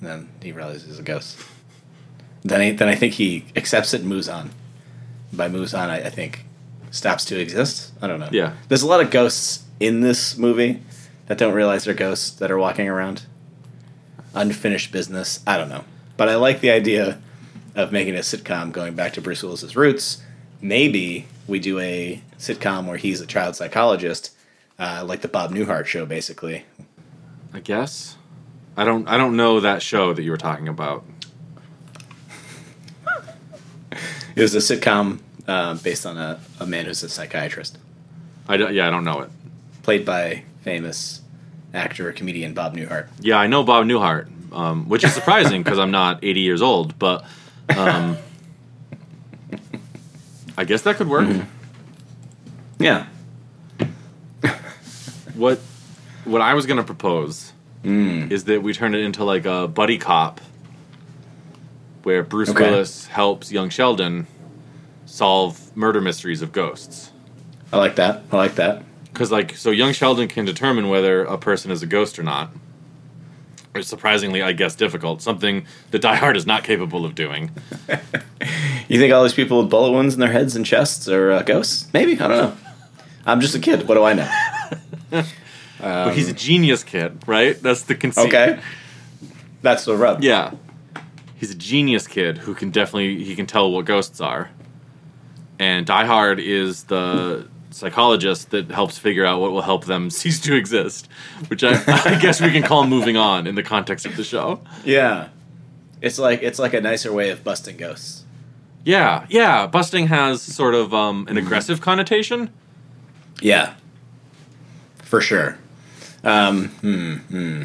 Speaker 1: And then he realizes he's a ghost. Then, he, then I think he accepts it and moves on. By moves on, I, I think stops to exist. I don't know.
Speaker 2: Yeah.
Speaker 1: There's a lot of ghosts in this movie that don't realize they're ghosts that are walking around. Unfinished business. I don't know. But I like the idea of making a sitcom going back to Bruce Willis's roots. Maybe we do a sitcom where he's a child psychologist, uh, like the Bob Newhart show, basically.
Speaker 2: I guess. I don't I don't know that show that you were talking about.
Speaker 1: It was a sitcom uh, based on a, a man who's a psychiatrist,
Speaker 2: I don't, yeah, I don't know it.
Speaker 1: played by famous actor comedian Bob Newhart.
Speaker 2: Yeah, I know Bob Newhart, um, which is surprising because I'm not 80 years old, but um, I guess that could work.
Speaker 1: Yeah.
Speaker 2: What what I was gonna propose is that we turn it into like a buddy cop, where Bruce
Speaker 1: Okay.
Speaker 2: Willis helps young Sheldon solve murder mysteries of ghosts.
Speaker 1: I like that. I like that.
Speaker 2: Because like, so young Sheldon can determine whether a person is a ghost or not. It's surprisingly, I guess, difficult. Something that Die Hard is not capable of doing.
Speaker 1: You think all these people with bullet wounds in their heads and chests are uh, ghosts? Maybe. I don't know. I'm just a kid. What do I know?
Speaker 2: but he's a genius kid, right? That's the conceit.
Speaker 1: Okay. That's the rub.
Speaker 2: Yeah. He's a genius kid who can definitely he can tell what ghosts are. And Die Hard is the psychologist that helps figure out what will help them cease to exist, which I, I guess we can call moving on in the context of the show.
Speaker 1: Yeah. It's like it's like a nicer way of busting ghosts.
Speaker 2: Yeah, yeah. Busting has sort of um, an aggressive connotation.
Speaker 1: Yeah. For sure. Um, hmm, hmm.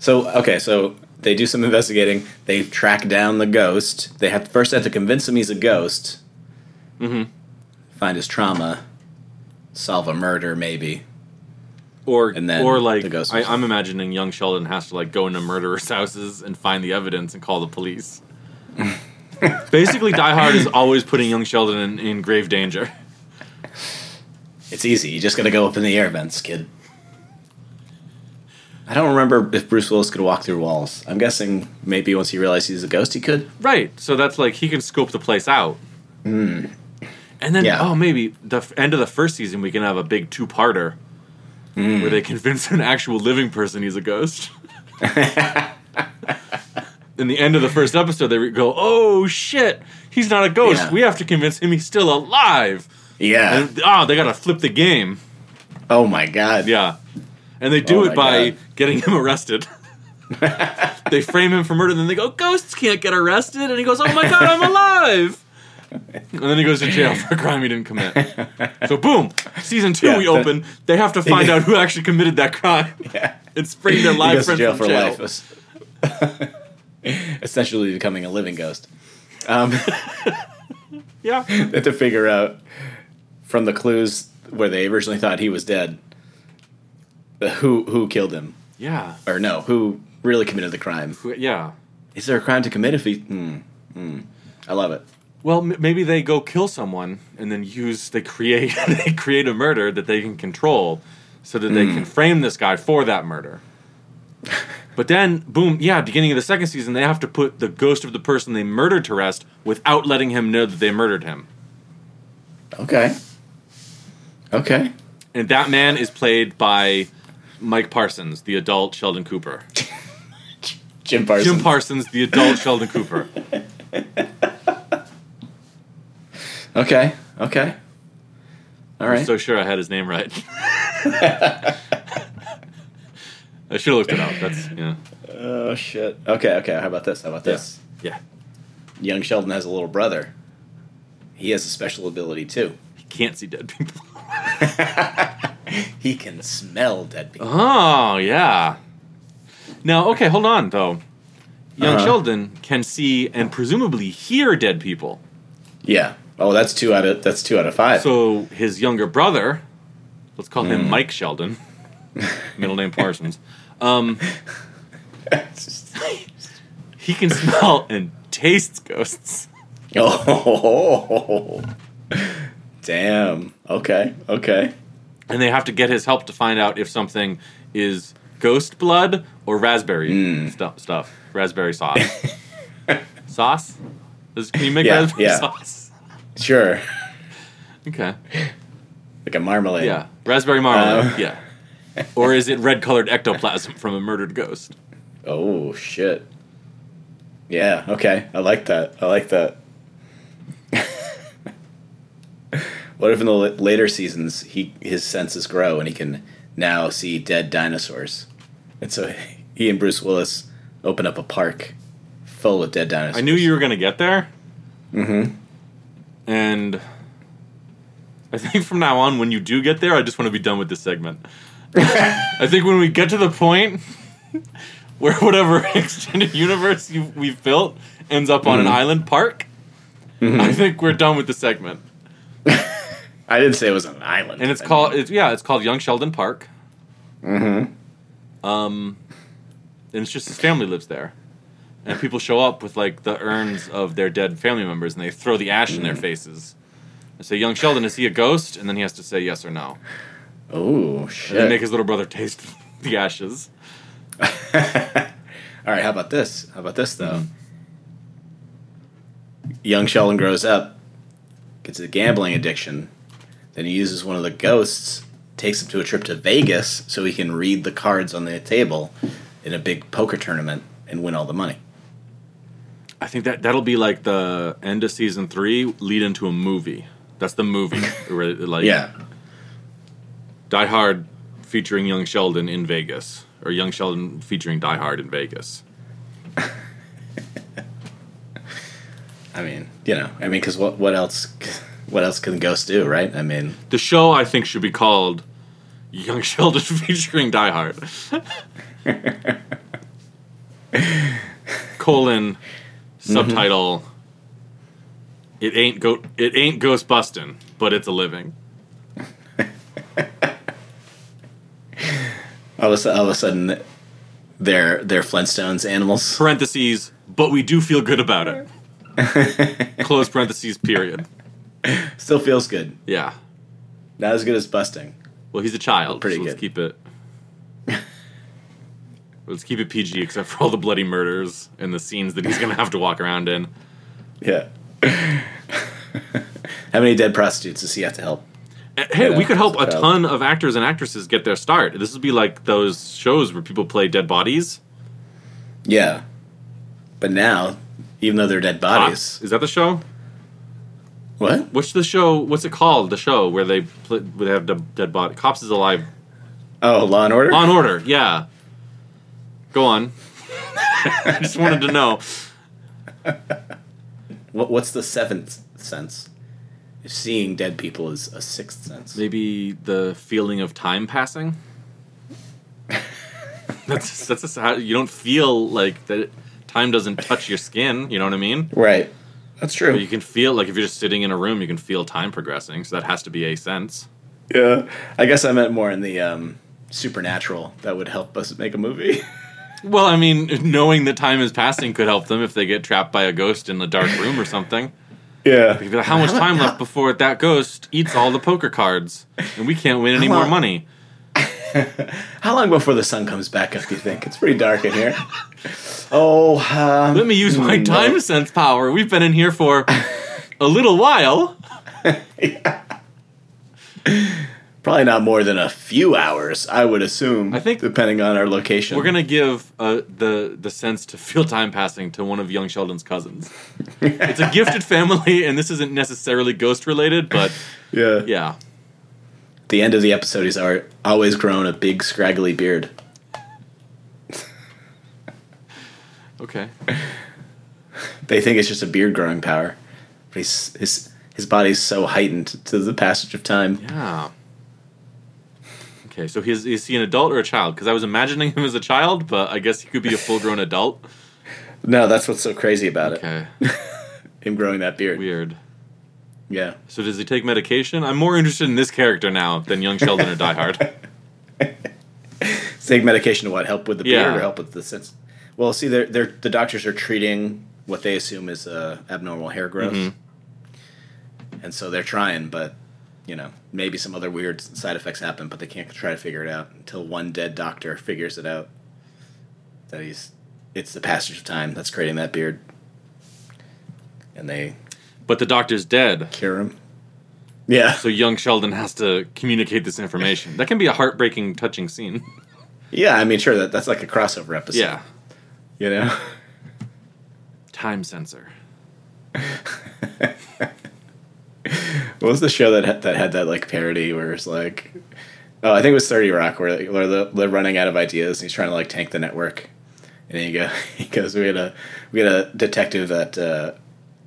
Speaker 1: So okay, so they do some investigating. They track down the ghost. They have first have to convince him he's a ghost. Mm-hmm. Find his trauma. Solve a murder, maybe.
Speaker 2: Or
Speaker 1: And then
Speaker 2: or like
Speaker 1: the ghost
Speaker 2: I,
Speaker 1: was-
Speaker 2: I'm imagining young Sheldon has to like go into murderers' houses and find the evidence and call the police. Basically, Die Hard is always putting young Sheldon in, in grave danger.
Speaker 1: It's easy. You just gotta go up in the air vents, kid. I don't remember if Bruce Willis could walk through walls. I'm guessing maybe once he realized he's a ghost, he could.
Speaker 2: Right. So that's like he can scope the place out. And then
Speaker 1: Hmm. Yeah.
Speaker 2: oh maybe the f- end of the first season we can have a big two-parter
Speaker 1: Hmm.
Speaker 2: where they convince an actual living person he's a ghost. In the end of the first episode, they re- go, "Oh shit, he's not a ghost.
Speaker 1: Yeah.
Speaker 2: We have to convince him he's still alive."
Speaker 1: Yeah.
Speaker 2: And oh, they gotta flip the game.
Speaker 1: oh my god.
Speaker 2: Yeah, and they do
Speaker 1: Oh
Speaker 2: it
Speaker 1: my
Speaker 2: by
Speaker 1: God.
Speaker 2: getting him arrested. they frame him for murder, then they go, "Ghosts can't get arrested," and he goes, "Oh my god, I'm alive!" And then he goes to jail for a crime he didn't commit. So boom, season two
Speaker 1: Yeah,
Speaker 2: we
Speaker 1: the-
Speaker 2: open. They have to find out who actually committed that crime and spring their
Speaker 1: he goes to
Speaker 2: live friend
Speaker 1: jail for
Speaker 2: from jail.
Speaker 1: life. Essentially becoming a living ghost. Um,
Speaker 2: Yeah,
Speaker 1: they have to figure out from the clues where they originally thought he was dead uh, who who killed him
Speaker 2: yeah,
Speaker 1: or no who really committed the crime.
Speaker 2: yeah.
Speaker 1: Is there a crime to commit if he? Hmm. hmm. I love it.
Speaker 2: Well, m- maybe they go kill someone and then use they create they create a
Speaker 1: Hmm.
Speaker 2: murder that they can control, so that they can frame this guy for that murder. But then, boom, yeah, beginning of the second season, they have to put the ghost of the person they murdered to rest without letting him know that they murdered him.
Speaker 1: Okay. Okay.
Speaker 2: And that man is played by Mike Parsons, the adult Sheldon Cooper.
Speaker 1: Jim Parsons.
Speaker 2: Jim Parsons, the adult Sheldon Cooper.
Speaker 1: okay. Okay. All
Speaker 2: I'm
Speaker 1: right.
Speaker 2: so sure I had his name right. I should have looked it up. That's yeah.
Speaker 1: oh shit. Okay. Okay. How about this? How about this?
Speaker 2: Yeah.
Speaker 1: Young Sheldon has a little brother. He has a special ability too.
Speaker 2: He can't see dead people.
Speaker 1: He can smell dead people.
Speaker 2: Oh yeah. Now, okay, hold on though. Young
Speaker 1: Uh-huh.
Speaker 2: Sheldon can see and presumably hear dead people.
Speaker 1: Yeah. Oh, that's two out of that's two out of five.
Speaker 2: So his younger brother, let's call
Speaker 1: Hmm.
Speaker 2: him Mike Sheldon, middle name Parsons. Um, he can smell and tastes ghosts.
Speaker 1: oh. Damn. Okay. Okay.
Speaker 2: and they have to get his help to find out if something is ghost blood or raspberry
Speaker 1: Hmm.
Speaker 2: stu- stuff, raspberry sauce. sauce? Does- can you make
Speaker 1: Yeah,
Speaker 2: raspberry
Speaker 1: yeah.
Speaker 2: sauce?
Speaker 1: Sure.
Speaker 2: Okay.
Speaker 1: Like a marmalade.
Speaker 2: Yeah, raspberry marmalade.
Speaker 1: Uh.
Speaker 2: yeah. Or is it red colored ectoplasm from a murdered ghost?
Speaker 1: Oh shit. Yeah, okay. I like that. I like that. what if in the la- later seasons he his senses grow and he can now see dead dinosaurs? And so he and Bruce Willis open up a park full of dead dinosaurs.
Speaker 2: I knew you were gonna get there. Mm-hmm. And I think from now on, when you do get there, I just want to be done with this segment. I think when we get to the point where whatever extended universe you, we've built ends up on an island park, I think we're done with the segment.
Speaker 1: I didn't say it was an island.
Speaker 2: And it's
Speaker 1: I mean,
Speaker 2: called it's yeah, it's called Young Sheldon Park. Mm-hmm. Um, and it's just his family lives there, and people show up with like the urns of their dead family members, and they throw the ash in their faces. And say, "Young Sheldon, is he a ghost?" And then he has to say yes or no.
Speaker 1: Oh
Speaker 2: And they make
Speaker 1: shit.
Speaker 2: his little brother taste the ashes.
Speaker 1: All right, how about this? How about this though? Young Sheldon grows up, gets a gambling addiction, then he uses one of the ghosts, takes him to a trip to Vegas so he can read the cards on the table in a big poker tournament and win all the money.
Speaker 2: I think that that'll be like the end of season three, lead into a movie. That's the movie, where, like
Speaker 1: Yeah.
Speaker 2: Die Hard featuring Young Sheldon in Vegas, or Young Sheldon featuring Die Hard in Vegas.
Speaker 1: I mean, you know, I mean, because what, what else, what else can ghosts do, right? I mean,
Speaker 2: The show I think should be called Young Sheldon featuring Die Hard. Colon subtitle
Speaker 1: Mm-hmm.
Speaker 2: It ain't go it ain't ghost bustin', but it's a living.
Speaker 1: all of a, su- all of a sudden, they're they're Flintstones animals.
Speaker 2: Parentheses, but we do feel good about it. Close parentheses, period.
Speaker 1: Still feels good.
Speaker 2: Yeah.
Speaker 1: Not as good as busting.
Speaker 2: Well he's a child.
Speaker 1: Pretty
Speaker 2: so
Speaker 1: good.
Speaker 2: let's keep it Let's keep it PG except for all the bloody murders and the scenes that he's gonna have to walk around in.
Speaker 1: Yeah. How many dead prostitutes does he have to help?
Speaker 2: Uh, Hey,
Speaker 1: Yeah,
Speaker 2: we could help a
Speaker 1: that's valid.
Speaker 2: ton of actors and actresses get their start. This would be like those shows where people play dead bodies.
Speaker 1: Yeah. But now, even though they're dead bodies,
Speaker 2: Is that the show?
Speaker 1: what?
Speaker 2: What's the show? What's it called? The show where they play, where they have de- dead body. Cops is alive.
Speaker 1: Oh, Law and Order.
Speaker 2: Law and Order. Yeah. Go on. I just wanted to know.
Speaker 1: What, what's the seventh sense? If seeing dead people is a sixth sense.
Speaker 2: Maybe the feeling of time passing. That's that's just how you don't feel like that. Time doesn't touch your skin. You know what I mean?
Speaker 1: Right. That's
Speaker 2: But you
Speaker 1: true.
Speaker 2: can feel like if you're just sitting in a room, you can feel time progressing. So that has to be a sense.
Speaker 1: Yeah. I guess I meant more in the um, supernatural that would help us make a movie.
Speaker 2: Well, I mean, knowing that time is passing could help them if they get trapped by a ghost in a dark room or something.
Speaker 1: yeah.
Speaker 2: You'd be like, how much time left before that ghost eats all the poker cards and we can't win any
Speaker 1: How
Speaker 2: more
Speaker 1: mu-
Speaker 2: money?
Speaker 1: How long before the sun comes back up, do you think? It's pretty dark in here. Oh, um,
Speaker 2: Let me use my
Speaker 1: no.
Speaker 2: time sense power. We've been in here for a little while.
Speaker 1: Probably not more than a few hours, I would assume.
Speaker 2: I think-
Speaker 1: depending on our location.
Speaker 2: We're gonna give uh, the the sense to feel time passing to one of young Sheldon's cousins. it's a gifted family, and this isn't necessarily ghost related, but
Speaker 1: yeah.
Speaker 2: yeah,
Speaker 1: The end of the episode, he's al- always grown a big scraggly beard.
Speaker 2: okay.
Speaker 1: They think it's just a beard growing power, but he's, his his body's so heightened to the passage of time.
Speaker 2: Yeah. Okay, so he's is he an adult or a child? Because I was imagining him as a child, but I guess he could be a full grown adult.
Speaker 1: No, that's what's so crazy about it.
Speaker 2: Okay,
Speaker 1: Him growing that beard.
Speaker 2: weird.
Speaker 1: Yeah.
Speaker 2: So does he take medication? I'm more interested in this character now than young Sheldon or Die Hard.
Speaker 1: Take medication to what? Help with the
Speaker 2: Yeah.
Speaker 1: beard or help with the sense? Well, see, they're, they're, the doctors are treating what they assume is uh, abnormal hair growth.
Speaker 2: Mm-hmm.
Speaker 1: And so they're trying, but, you know, maybe some other weird s- side effects happen, but they can't try to figure it out until one dead doctor figures it out that he's. It's the passage of time that's creating that beard. And they
Speaker 2: But the doctor's dead,
Speaker 1: cure him. Yeah.
Speaker 2: so young Sheldon has to communicate this information. That can be a heartbreaking, touching scene.
Speaker 1: Yeah, I mean, sure, that, that's like a crossover episode.
Speaker 2: Yeah.
Speaker 1: You know?
Speaker 2: Time sensor.
Speaker 1: What was the show that had, that had that like parody where it's like, oh, I think it was Thirty Rock, where, like, where the, they're running out of ideas and he's trying to like tank the network, and then you go, he goes, we had a we had a detective that uh,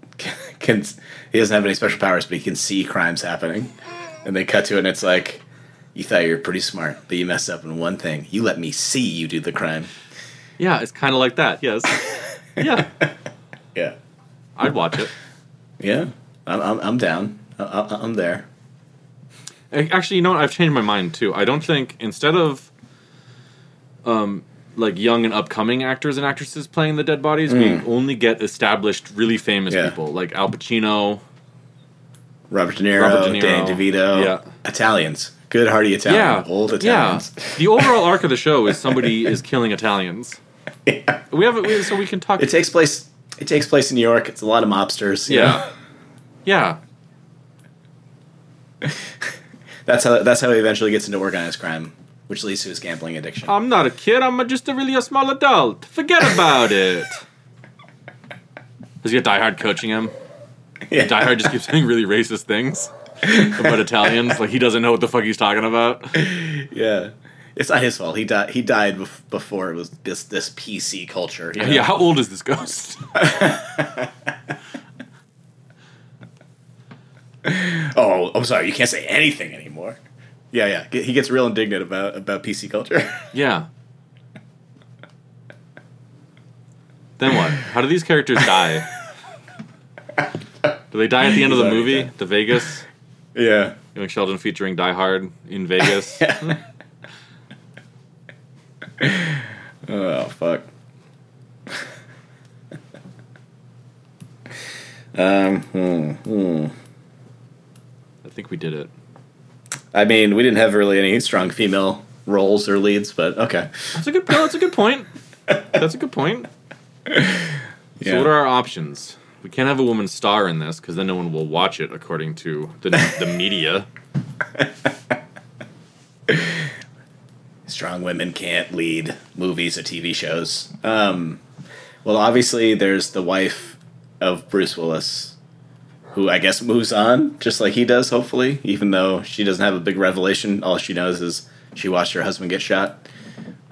Speaker 1: can he doesn't have any special powers, but he can see crimes happening, and they cut to it and it's like, you thought you were pretty smart, but you messed up in one thing. You let me see you do the crime.
Speaker 2: Yeah, it's kind of like that. Yes. Yeah,
Speaker 1: Yeah,
Speaker 2: I'd watch it.
Speaker 1: yeah, I'm I'm, I'm down. I- I- I'm there.
Speaker 2: Ac- Actually, you know what? I've changed my mind too. I don't think instead of um like young and upcoming actors and actresses playing the dead bodies, we only get established, really famous
Speaker 1: Mm. Yeah.
Speaker 2: people like Al Pacino.
Speaker 1: Robert De Niro,
Speaker 2: Robert De Niro.
Speaker 1: Danny DeVito,
Speaker 2: Yeah.
Speaker 1: Italians, good hearty Italian, old Italians.
Speaker 2: Yeah. The overall arc of the show is somebody is killing Italians. We have it so we can talk.
Speaker 1: It takes place. It takes place in New York. It's a lot of mobsters. you know?
Speaker 2: yeah, yeah.
Speaker 1: that's how that's how he eventually gets into organized crime, which leads to his gambling addiction.
Speaker 2: I'm not a kid. I'm just a really a small adult. Forget about it. Does he get Die Hard coaching him?
Speaker 1: yeah.
Speaker 2: Die Hard just keeps saying really racist things about Italians. Like he doesn't know what the fuck he's talking about.
Speaker 1: yeah, it's not his fault. He died. He died bef- before it was this this PC culture. you know?
Speaker 2: Yeah, how old is this ghost?
Speaker 1: Oh, I'm sorry. You can't say anything anymore. Yeah, yeah. G- He gets real indignant about about PC culture.
Speaker 2: Yeah. Then what? How do these characters die? Do they die at the end of the
Speaker 1: He's already
Speaker 2: movie?
Speaker 1: dead.
Speaker 2: The Vegas?
Speaker 1: yeah.
Speaker 2: Young Sheldon featuring Die Hard in Vegas.
Speaker 1: Oh fuck. um. hmm, hmm.
Speaker 2: I think we did it.
Speaker 1: I mean, we didn't have really any strong female roles or leads, but okay.
Speaker 2: That's a good. No, that's a good point. That's a good point. So what are our options? We can't have a woman star in this because then no one will watch it, according to the the media.
Speaker 1: strong women can't lead movies or TV shows? Um, well, obviously, there's the wife of Bruce Willis, who I guess moves on just like he does, hopefully, even though she doesn't have a big revelation. All she knows is she watched her husband get shot.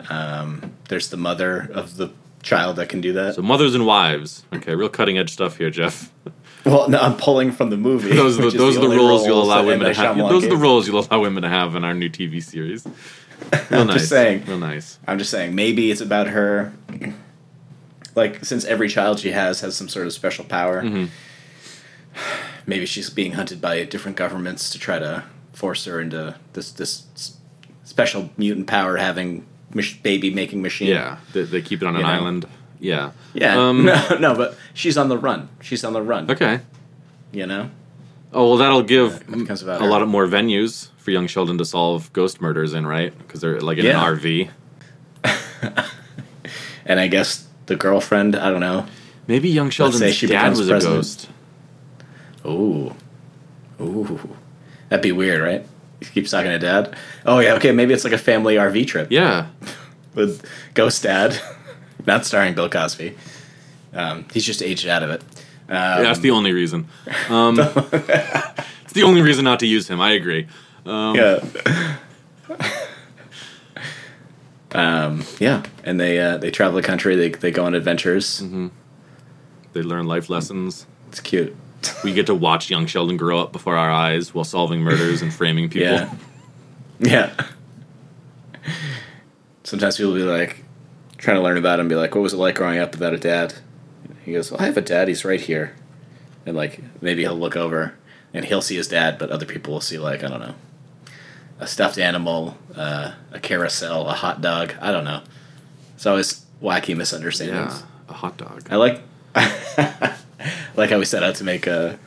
Speaker 1: Um, there's the mother of the child that can do that.
Speaker 2: So mothers and wives. Okay, real cutting edge stuff here, Jeff.
Speaker 1: well, no, I'm pulling from the movie.
Speaker 2: Those are
Speaker 1: which
Speaker 2: the,
Speaker 1: is
Speaker 2: those are the
Speaker 1: only
Speaker 2: roles you'll
Speaker 1: roles
Speaker 2: allow
Speaker 1: that
Speaker 2: women to
Speaker 1: M. Night
Speaker 2: have.
Speaker 1: Shyamalan
Speaker 2: Those are the
Speaker 1: gave.
Speaker 2: roles you'll allow women to have in our new TV series. Real nice.
Speaker 1: saying.
Speaker 2: Real nice.
Speaker 1: I'm just saying, maybe it's about her. Like, since every child she has has some sort of special power,
Speaker 2: Mm-hmm.
Speaker 1: maybe she's being hunted by different governments to try to force her into this this s- special mutant power having mach- baby making machine.
Speaker 2: Yeah, they, they keep it on an
Speaker 1: You know.
Speaker 2: island. Yeah.
Speaker 1: yeah.
Speaker 2: Um,
Speaker 1: no, no, but she's on the run. She's on the run.
Speaker 2: Okay.
Speaker 1: You know.
Speaker 2: Oh well, that'll give
Speaker 1: it becomes about
Speaker 2: a
Speaker 1: her.
Speaker 2: lot of more venues for young Sheldon to solve ghost murders in, right? Because they're like in
Speaker 1: Yeah.
Speaker 2: an RV.
Speaker 1: And I guess the girlfriend, I don't know.
Speaker 2: Maybe young
Speaker 1: say
Speaker 2: Sheldon's
Speaker 1: she
Speaker 2: dad
Speaker 1: becomes
Speaker 2: was
Speaker 1: president.
Speaker 2: a ghost.
Speaker 1: Ooh. Ooh. That'd be weird, right? He keeps talking to dad. Oh, yeah, okay, maybe it's like a family RV trip
Speaker 2: Yeah,
Speaker 1: with Ghost Dad, not starring Bill Cosby. Um, he's just aged out of it. Um,
Speaker 2: that's the only reason. Um, it's the only reason not to use him. I agree.
Speaker 1: yeah. um, yeah, and they uh, they travel the country. They they go on adventures.
Speaker 2: They learn life lessons.
Speaker 1: It's cute.
Speaker 2: We get to watch young Sheldon grow up before our eyes while solving murders and framing people.
Speaker 1: Yeah. Yeah. Sometimes people be like, trying to learn about him, be like, what was it like growing up without a dad? He goes, well, I have a dad. He's right here. And like, maybe he'll look over and he'll see his dad, but other people will see, like, I don't know, a stuffed animal, uh, a carousel, a hot dog. I don't know. It's always wacky misunderstandings.
Speaker 2: Yeah, a hot dog.
Speaker 1: I like like how we set out to make a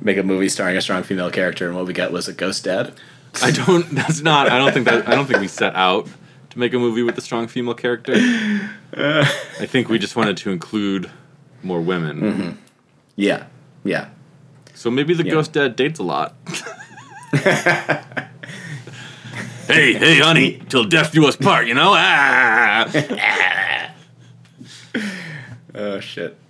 Speaker 1: make a movie starring a strong female character, and what we got was a ghost dad.
Speaker 2: I don't. That's not. I don't think that. I don't think we set out to make a movie with a strong female character. I think we just wanted to include more women.
Speaker 1: Yeah, yeah,
Speaker 2: So maybe the
Speaker 1: Mm-hmm. Yeah.
Speaker 2: ghost dad dates a lot. hey, hey, honey! Till death do us part, you know. Ah.
Speaker 1: Oh shit.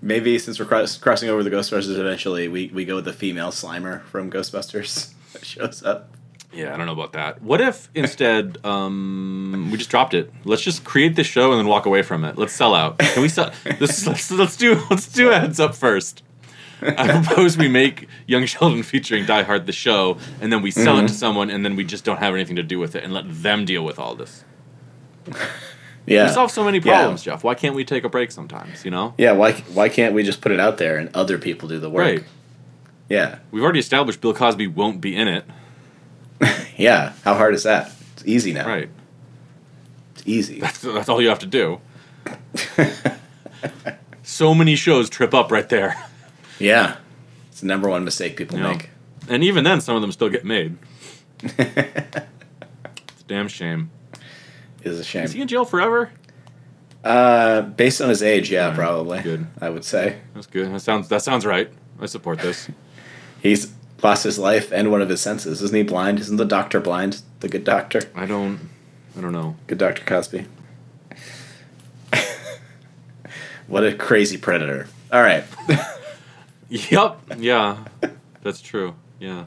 Speaker 1: Maybe since we're cross- crossing over the Ghostbusters eventually, we, we go with the female Slimer from Ghostbusters that shows up.
Speaker 2: Yeah, I don't know about that. What if instead um, we just dropped it? Let's just create this show and then walk away from it. Let's sell out. Can we sell? This, let's, let's do let's do a heads up first. I propose we make Young Sheldon featuring Die Hard the show, and then we sell it to
Speaker 1: Mhm.
Speaker 2: someone, and then we just don't have anything to do with it, and let them deal with all this.
Speaker 1: Yeah,
Speaker 2: We solve so many
Speaker 1: Yeah.
Speaker 2: problems, Jeff. Why can't we take a break sometimes? You know,
Speaker 1: Yeah, why why can't we just put it out there and other people do the work?
Speaker 2: right?
Speaker 1: Yeah,
Speaker 2: We've already established Bill Cosby won't be in it,
Speaker 1: yeah. How hard is that? It's easy now.
Speaker 2: right?
Speaker 1: It's easy.
Speaker 2: So that's all you have to do. so many shows trip up right there.
Speaker 1: yeah, it's the number one mistake people
Speaker 2: Yeah.
Speaker 1: make.
Speaker 2: And even then, some of them still get made. it's a damn shame.
Speaker 1: Is a shame.
Speaker 2: Is he in jail forever?
Speaker 1: Uh, based on his age, yeah, probably.
Speaker 2: Mm, good.
Speaker 1: I would say
Speaker 2: That's good. That sounds that sounds right. I support this.
Speaker 1: he's lost his life and one of his senses. Isn't he blind? Isn't the doctor blind? The good doctor,
Speaker 2: I don't. I don't know.
Speaker 1: good Doctor Cosby. what a crazy predator! All right,
Speaker 2: Yup. Yeah. That's true. Yeah.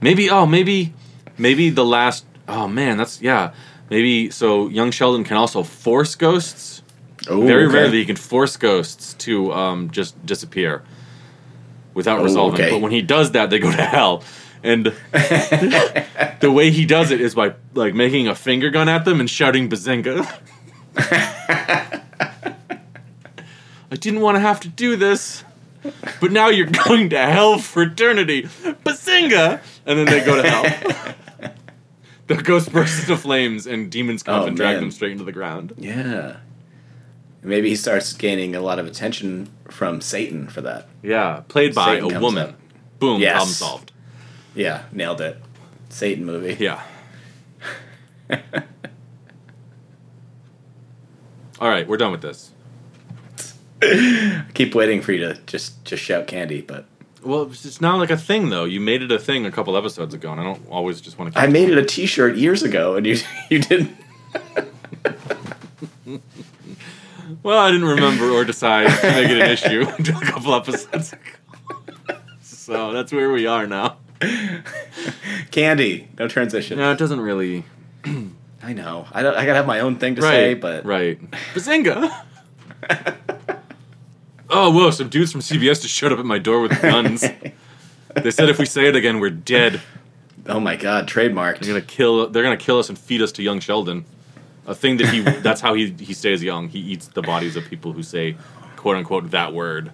Speaker 2: maybe. Oh, maybe. Maybe the last. Oh man, that's yeah. Maybe so. Young Sheldon can also force ghosts.
Speaker 1: Ooh,
Speaker 2: Very
Speaker 1: okay.
Speaker 2: rarely you can force ghosts to um, just disappear without
Speaker 1: Oh,
Speaker 2: resolving.
Speaker 1: okay.
Speaker 2: But when he does that, they go to hell. And the way he does it is by like making a finger gun at them and shouting "Bazinga!" I didn't want to have to do this, but now you're going to hell for eternity, Bazinga! And then they go to hell. the ghost bursts into flames, and demons come
Speaker 1: Oh,
Speaker 2: up and drag
Speaker 1: man.
Speaker 2: them straight into the ground.
Speaker 1: Yeah, maybe he starts gaining a lot of attention from Satan for that.
Speaker 2: Yeah, played by
Speaker 1: Satan
Speaker 2: a
Speaker 1: comes
Speaker 2: woman.
Speaker 1: up.
Speaker 2: Boom,
Speaker 1: Yes.
Speaker 2: problem solved.
Speaker 1: Yeah, nailed it. Satan movie.
Speaker 2: Yeah. All right, we're done with this.
Speaker 1: I keep waiting for you to just just shout candy, but
Speaker 2: Well, it's it's now like a thing though. You made it a thing a couple episodes ago, and I don't always just want to.
Speaker 1: I made it a T-shirt years ago, and you you didn't.
Speaker 2: Well, I didn't remember or decide to make it an issue until a couple episodes ago. So that's where we are now.
Speaker 1: Candy, no transition.
Speaker 2: No, it doesn't really.
Speaker 1: I know. I don't. I gotta have my own thing to
Speaker 2: Right,
Speaker 1: say, but
Speaker 2: right. Bazinga. oh, whoa! Some dudes from CBS just showed up at my door with guns. They said if we say it again, we're dead.
Speaker 1: oh my god, trademarked.
Speaker 2: They're gonna kill. They're gonna kill us and feed us to young Sheldon. A thing that he. that's how he he stays young. He eats the bodies of people who say, quote unquote, that word.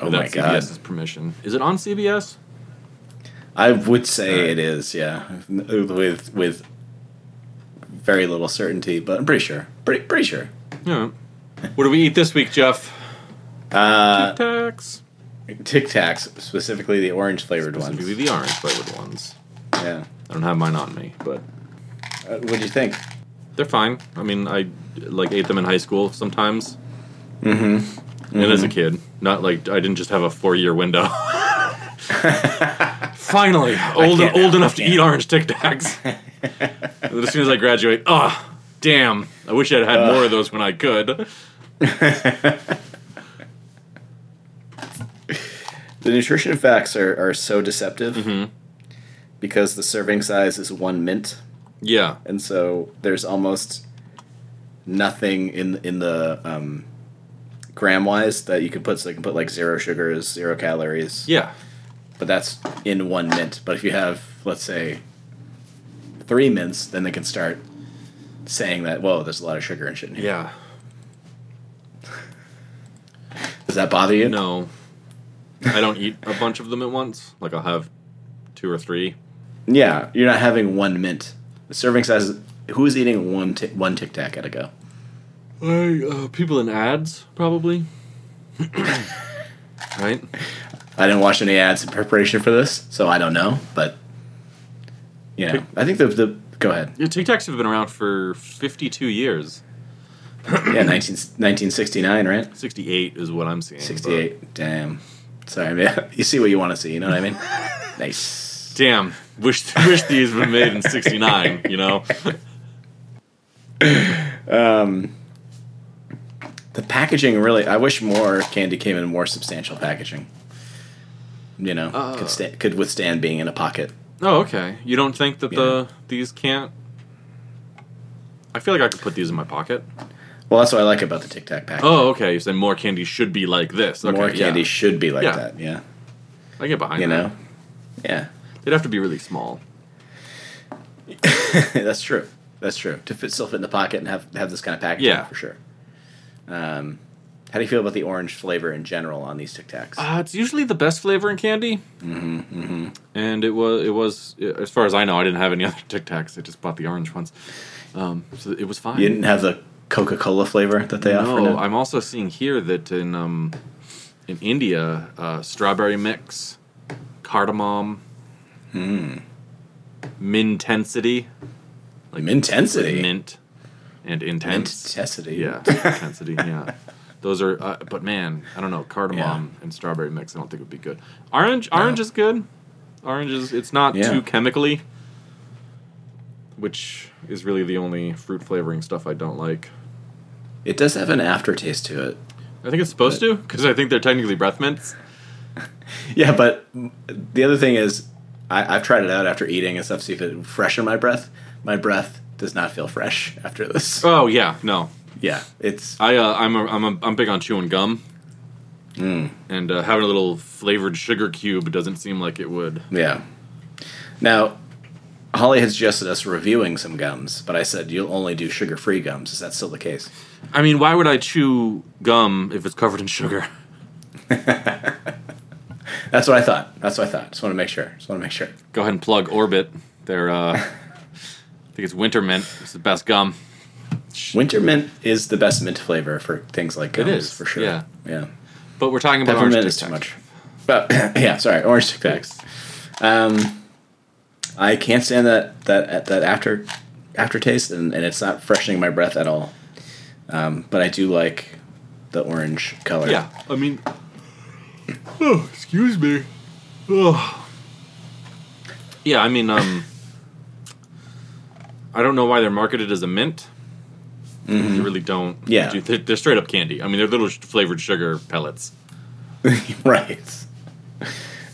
Speaker 1: oh
Speaker 2: without
Speaker 1: my god,
Speaker 2: CBS's permission. Is it on CBS?
Speaker 1: I would say
Speaker 2: Alright.
Speaker 1: it is. Yeah, with with very little certainty, but I'm pretty sure. Pretty pretty sure.
Speaker 2: Yeah. What do we eat this week, Jeff?
Speaker 1: Uh,
Speaker 2: Tic Tacs.
Speaker 1: Tic Tacs, specifically the orange flavored ones.
Speaker 2: Specifically the orange flavored ones.
Speaker 1: Yeah.
Speaker 2: I don't have mine on me, but
Speaker 1: Uh, what do you think?
Speaker 2: they're fine. I mean, I like ate them in high school sometimes. Mm-hmm. And as a kid, not like I didn't just have a four-year window. Finally, old
Speaker 1: can't
Speaker 2: old
Speaker 1: now,
Speaker 2: enough
Speaker 1: I
Speaker 2: to
Speaker 1: can't.
Speaker 2: eat orange Tic Tacs. And as soon as I graduate, ah, damn! I wish I'd had more of those when I could.
Speaker 1: The nutrition facts are, are so deceptive because the serving size is one mint,
Speaker 2: Yeah,
Speaker 1: and so there's almost nothing in in the um, gram wise that you can put. So they can put like zero sugars, zero calories,
Speaker 2: yeah,
Speaker 1: but that's in one mint. But if you have, let's say, three mints, then they can start saying that whoa, there's a lot of sugar and shit in here.
Speaker 2: yeah.
Speaker 1: Does that bother you?
Speaker 2: No, I don't eat a bunch of them at once. Like I'll have two or three.
Speaker 1: Yeah, you're not having one mint. The serving size. is- Who's eating one ti- one Tic Tac at a go?
Speaker 2: uh, people in ads probably. right?
Speaker 1: I didn't watch any ads in preparation for this, so I don't know. But you know, I think the the go ahead.
Speaker 2: Yeah, Tic Tacs have been around for 52 years.
Speaker 1: Yeah, 19, 1969, right?
Speaker 2: 68 is what I'm seeing. but-
Speaker 1: 68. Damn. Sorry, man. You see what you want to see. You know what I mean? nice.
Speaker 2: Damn. Wish wish these were made in 69, you know?
Speaker 1: The packaging really. I wish more candy came in more substantial packaging. You know,
Speaker 2: Uh,
Speaker 1: could sta- could withstand being in a pocket.
Speaker 2: Oh, okay. You don't think that the these can't I feel like I could put these in my pocket.
Speaker 1: Well, that's what I like about the Tic Tac package.
Speaker 2: Oh, okay. You're saying more candy should be like this. Okay,
Speaker 1: more candy
Speaker 2: Yeah.
Speaker 1: should be like
Speaker 2: Yeah.
Speaker 1: that. Yeah.
Speaker 2: I get behind
Speaker 1: You
Speaker 2: that.
Speaker 1: know. Yeah.
Speaker 2: They'd have to be really small.
Speaker 1: That's true. That's true. To fit, still fit in the pocket and have have this kind of packaging
Speaker 2: Yeah.
Speaker 1: for sure. Um, how do you feel about the orange flavor in general on these Tic Tacs?
Speaker 2: Uh, it's usually the best flavor in candy. Mm-hmm, And it was it was as far as I know, I didn't have any other Tic Tacs. I just bought the orange ones. Um, so it was fine.
Speaker 1: you didn't have the Coca Cola flavor that they offer.
Speaker 2: no,
Speaker 1: now?
Speaker 2: I'm also seeing here that in um, in India, uh, strawberry mix, cardamom,
Speaker 1: Hmm.
Speaker 2: mintensity,
Speaker 1: Like intensity.
Speaker 2: mint, and intense.
Speaker 1: Intensity.
Speaker 2: Yeah, intensity. Yeah, those are. Uh, but man, I don't know. Cardamom and strawberry mix. I don't think would be good. Orange. Orange is good. Orange is. It's not
Speaker 1: Yeah.
Speaker 2: too chemically, which is really the only fruit flavoring stuff I don't like.
Speaker 1: It does have an aftertaste to it.
Speaker 2: I think it's supposed to because I think they're technically breath mints.
Speaker 1: Yeah, but the other thing is, I, I've tried it out after eating and stuff. See if it freshened my breath. My breath does not feel fresh after this.
Speaker 2: Oh yeah, no.
Speaker 1: Yeah, it's
Speaker 2: I uh, I'm a, I'm a, I'm big on chewing gum. And uh, having a little flavored sugar cube doesn't seem like it would.
Speaker 1: Yeah. Now, Holly had suggested us reviewing some gums, but I said you'll only do sugar-free gums. Is that still the case?
Speaker 2: I mean, why would I chew gum if it's covered in sugar?
Speaker 1: That's what I thought. That's what I thought. Just want to make sure. Just want to make sure.
Speaker 2: Go ahead and plug Orbit. They're uh, I think it's winter mint. It's the best gum.
Speaker 1: Winter mint is the best mint flavor for things like gums,
Speaker 2: is,
Speaker 1: for sure.
Speaker 2: yeah.
Speaker 1: Yeah.
Speaker 2: But we're talking about
Speaker 1: Peppermint
Speaker 2: orange
Speaker 1: is
Speaker 2: Tic
Speaker 1: too
Speaker 2: Tacs.
Speaker 1: much. But yeah, sorry, orange Tic Tacs. Um, I can't stand that that that after aftertaste, and, and it's not freshening my breath at all. Um, but I do like the orange color.
Speaker 2: Yeah, I mean. Oh, excuse me. Oh. Yeah, I mean, um, I don't know why they're marketed as a mint. They really don't.
Speaker 1: Mm-hmm. Yeah.
Speaker 2: do- they're, they're straight up candy. I mean, they're little sh- flavored sugar pellets.
Speaker 1: right.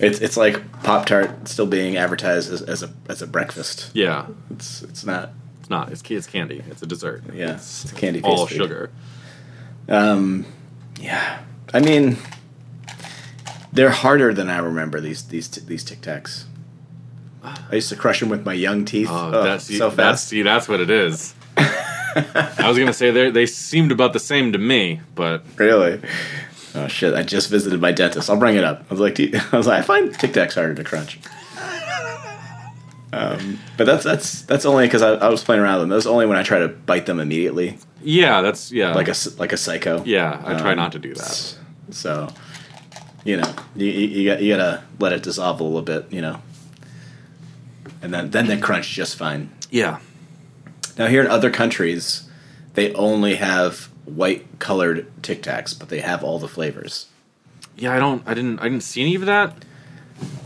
Speaker 1: It's it's like Pop Tart still being advertised as, as a as a breakfast.
Speaker 2: Yeah,
Speaker 1: It's it's not.
Speaker 2: it's not. It's ca- it's candy. It's a dessert.
Speaker 1: Yeah, it's a candy
Speaker 2: all
Speaker 1: pastry.
Speaker 2: sugar.
Speaker 1: Um, yeah. I mean, they're harder than I remember these these t- these Tic Tacs. I used to crush them with my young teeth.
Speaker 2: Oh,
Speaker 1: Ugh,
Speaker 2: that's see,
Speaker 1: so
Speaker 2: That's,
Speaker 1: fast.
Speaker 2: see, that's what it is. I was gonna say they they seemed about the same to me, but
Speaker 1: Really. Oh shit! I just visited my dentist. I'll bring it up. I was like, do you- I was like, I find Tic Tacs harder to crunch. Um, but that's that's that's only because I, I was playing around with them. That was only when I try to bite them immediately.
Speaker 2: yeah, that's yeah,
Speaker 1: like a s- like a psycho.
Speaker 2: yeah. I try
Speaker 1: Um,
Speaker 2: not to do that.
Speaker 1: So, you know, you, you, you, got, you gotta let it dissolve a little bit, you know, and then then they crunch just fine.
Speaker 2: Yeah.
Speaker 1: Now here in other countries, they only have white colored Tic Tacs, but they have all the flavors.
Speaker 2: Yeah, I don't. I didn't. I didn't see any of that.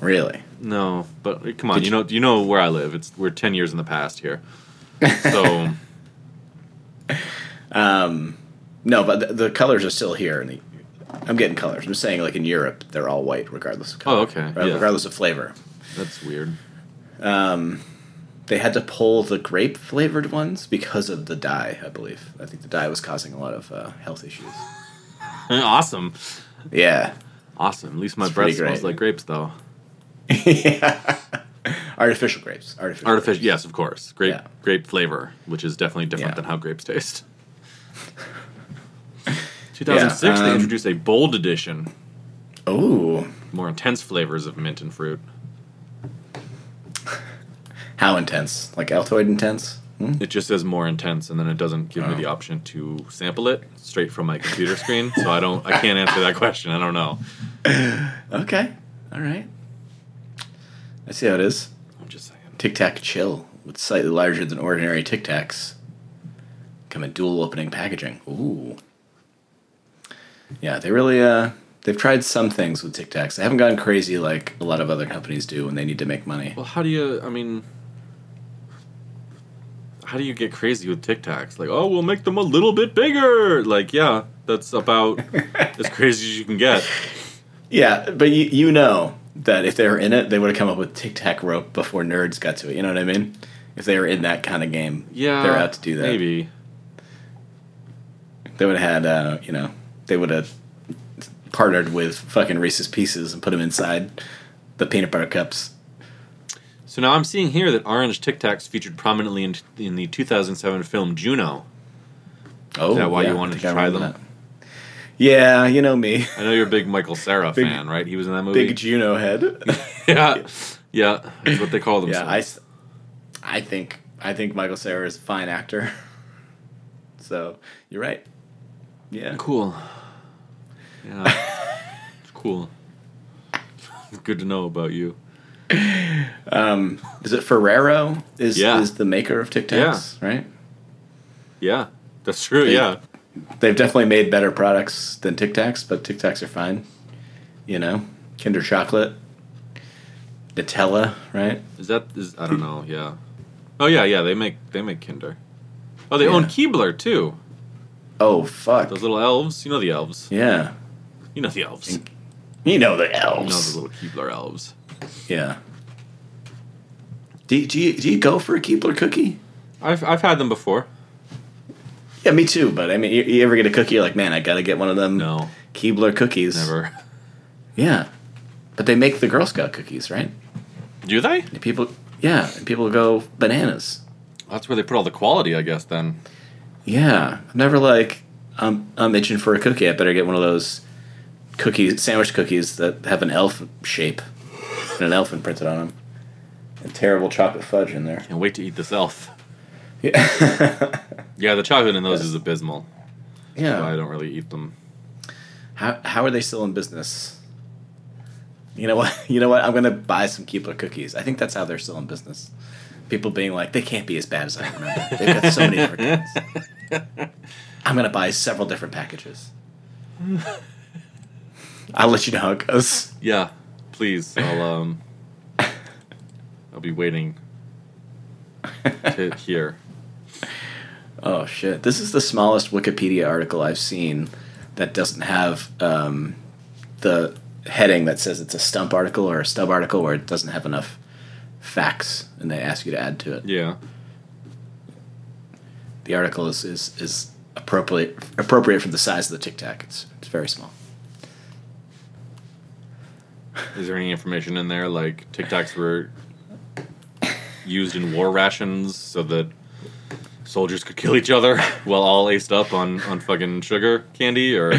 Speaker 1: Really?
Speaker 2: No, but uh, come on.
Speaker 1: Did
Speaker 2: you
Speaker 1: you-
Speaker 2: know. You know where I live. It's we're ten years in the past here. So
Speaker 1: No, but the, the colors are still here. And the, I'm getting colors. I'm saying like in Europe, they're all white regardless of color.
Speaker 2: Oh, okay.
Speaker 1: Right,
Speaker 2: Yeah.
Speaker 1: Regardless of flavor.
Speaker 2: that's weird.
Speaker 1: They had to pull the grape flavored ones because of the dye, I believe. I think the dye was causing a lot of uh, health issues.
Speaker 2: awesome.
Speaker 1: Yeah.
Speaker 2: Awesome. At least my
Speaker 1: It's
Speaker 2: breath
Speaker 1: pretty
Speaker 2: smells
Speaker 1: great.
Speaker 2: like grapes, though.
Speaker 1: yeah. Artificial grapes. Artificial.
Speaker 2: Artificial. Yes, of course. Grape
Speaker 1: Yeah.
Speaker 2: grape flavor, which is definitely different
Speaker 1: Yeah.
Speaker 2: than how grapes taste. 2006, they
Speaker 1: um,
Speaker 2: introduced a bold edition,
Speaker 1: Oh,
Speaker 2: more intense flavors of mint and fruit.
Speaker 1: how intense? Like Altoid intense? Hmm?
Speaker 2: It just says more intense, and then it doesn't give me the option to sample it straight from my computer screen. So I don't, I can't answer that question. I don't know.
Speaker 1: Okay. All right. I see how it is.
Speaker 2: I'm just saying.
Speaker 1: Tic Tac Chill with slightly larger than ordinary Tic Tacs. Come in dual opening packaging. Ooh. Yeah, they really uh they've tried some things with Tic Tacs. They haven't gone crazy like a lot of other companies do when they need to make money.
Speaker 2: Well, how do you? I mean, how do you get crazy with Tic Tacs? Like, oh, we'll make them a little bit bigger. Like, yeah, that's about as crazy as you can get.
Speaker 1: Yeah, but you you know that if they were in it, they would have come up with Tic Tac rope before nerds got to it. You know what I mean? If they were in that kind of game,
Speaker 2: Yeah,
Speaker 1: they're out to do that.
Speaker 2: Maybe.
Speaker 1: They would have had, uh, you know, they would have partnered with fucking Reese's Pieces and put them inside the peanut butter cups.
Speaker 2: So now I'm seeing here that orange Tic Tacs featured prominently in, in the 2007 film Juno.
Speaker 1: Oh,
Speaker 2: that why you
Speaker 1: I
Speaker 2: wanted
Speaker 1: think
Speaker 2: to
Speaker 1: I
Speaker 2: try
Speaker 1: remember
Speaker 2: them?
Speaker 1: that. Yeah, you know me,
Speaker 2: I know you're a big Michael Sarah
Speaker 1: Big-
Speaker 2: fan, right? He was in that movie.
Speaker 1: big Juno head.
Speaker 2: yeah, yeah, that's what they call them.
Speaker 1: yeah, I, s- I think I think Michael Cera is a fine actor. So you're right. Yeah,
Speaker 2: cool. Yeah, it's cool. It's good to know about you.
Speaker 1: is it Ferrero? Is
Speaker 2: Yeah.
Speaker 1: is the maker of Tic Tacs? Right.
Speaker 2: Yeah, that's true.
Speaker 1: They-
Speaker 2: Yeah,
Speaker 1: They've definitely made better products than Tic Tacs, but Tic Tacs are fine. You know, Kinder Chocolate, Nutella, right?
Speaker 2: is that is I don't know. Yeah. Oh yeah, yeah. They make they make Kinder. Oh, they own
Speaker 1: Yeah.
Speaker 2: Keebler too.
Speaker 1: Oh fuck.
Speaker 2: Those little elves. You know the elves.
Speaker 1: yeah.
Speaker 2: You know the elves.
Speaker 1: You know the
Speaker 2: You know the
Speaker 1: elves.
Speaker 2: little Keebler elves.
Speaker 1: yeah. Do, do, you, do you go for a Keebler cookie?
Speaker 2: I've I've had them before.
Speaker 1: Yeah, me too. But I mean, you, you ever get a cookie? You're like, man, I gotta get one of them
Speaker 2: No,
Speaker 1: Keebler cookies.
Speaker 2: never.
Speaker 1: Yeah, but they make the Girl Scout cookies, right?
Speaker 2: Do they?
Speaker 1: And people, yeah, and people go bananas.
Speaker 2: That's where they put all the quality, I guess. Then.
Speaker 1: Yeah, I'm never like I'm I'm itching for a cookie. I better get one of those cookie sandwich cookies that have an elf shape and an elf imprinted on them. And terrible chocolate fudge in there.
Speaker 2: Can't wait to eat this elf.
Speaker 1: Yeah,
Speaker 2: Yeah, the chocolate in those is abysmal. So I
Speaker 1: yeah.
Speaker 2: don't really eat them.
Speaker 1: How how are they still in business? You know what? You know what? I'm gonna buy some Keebler cookies. I think that's how they're still in business. People being like, they can't be as bad as I remember. They've got so many different kinds. I'm gonna buy several different packages. I'll let you know how it goes.
Speaker 2: Yeah, please. I'll um, I'll be waiting to hear.
Speaker 1: Oh shit! This is the smallest Wikipedia article I've seen that doesn't have um, the heading that says it's a stump article or a stub article where it doesn't have enough facts and they ask you to add to it.
Speaker 2: Yeah.
Speaker 1: The article is is, is appropriate appropriate for the size of the Tic Tac. It's it's very small.
Speaker 2: Is there any information in there like Tic Tacs were used in war rations so that soldiers could kill each other while all aced up on on fucking sugar candy or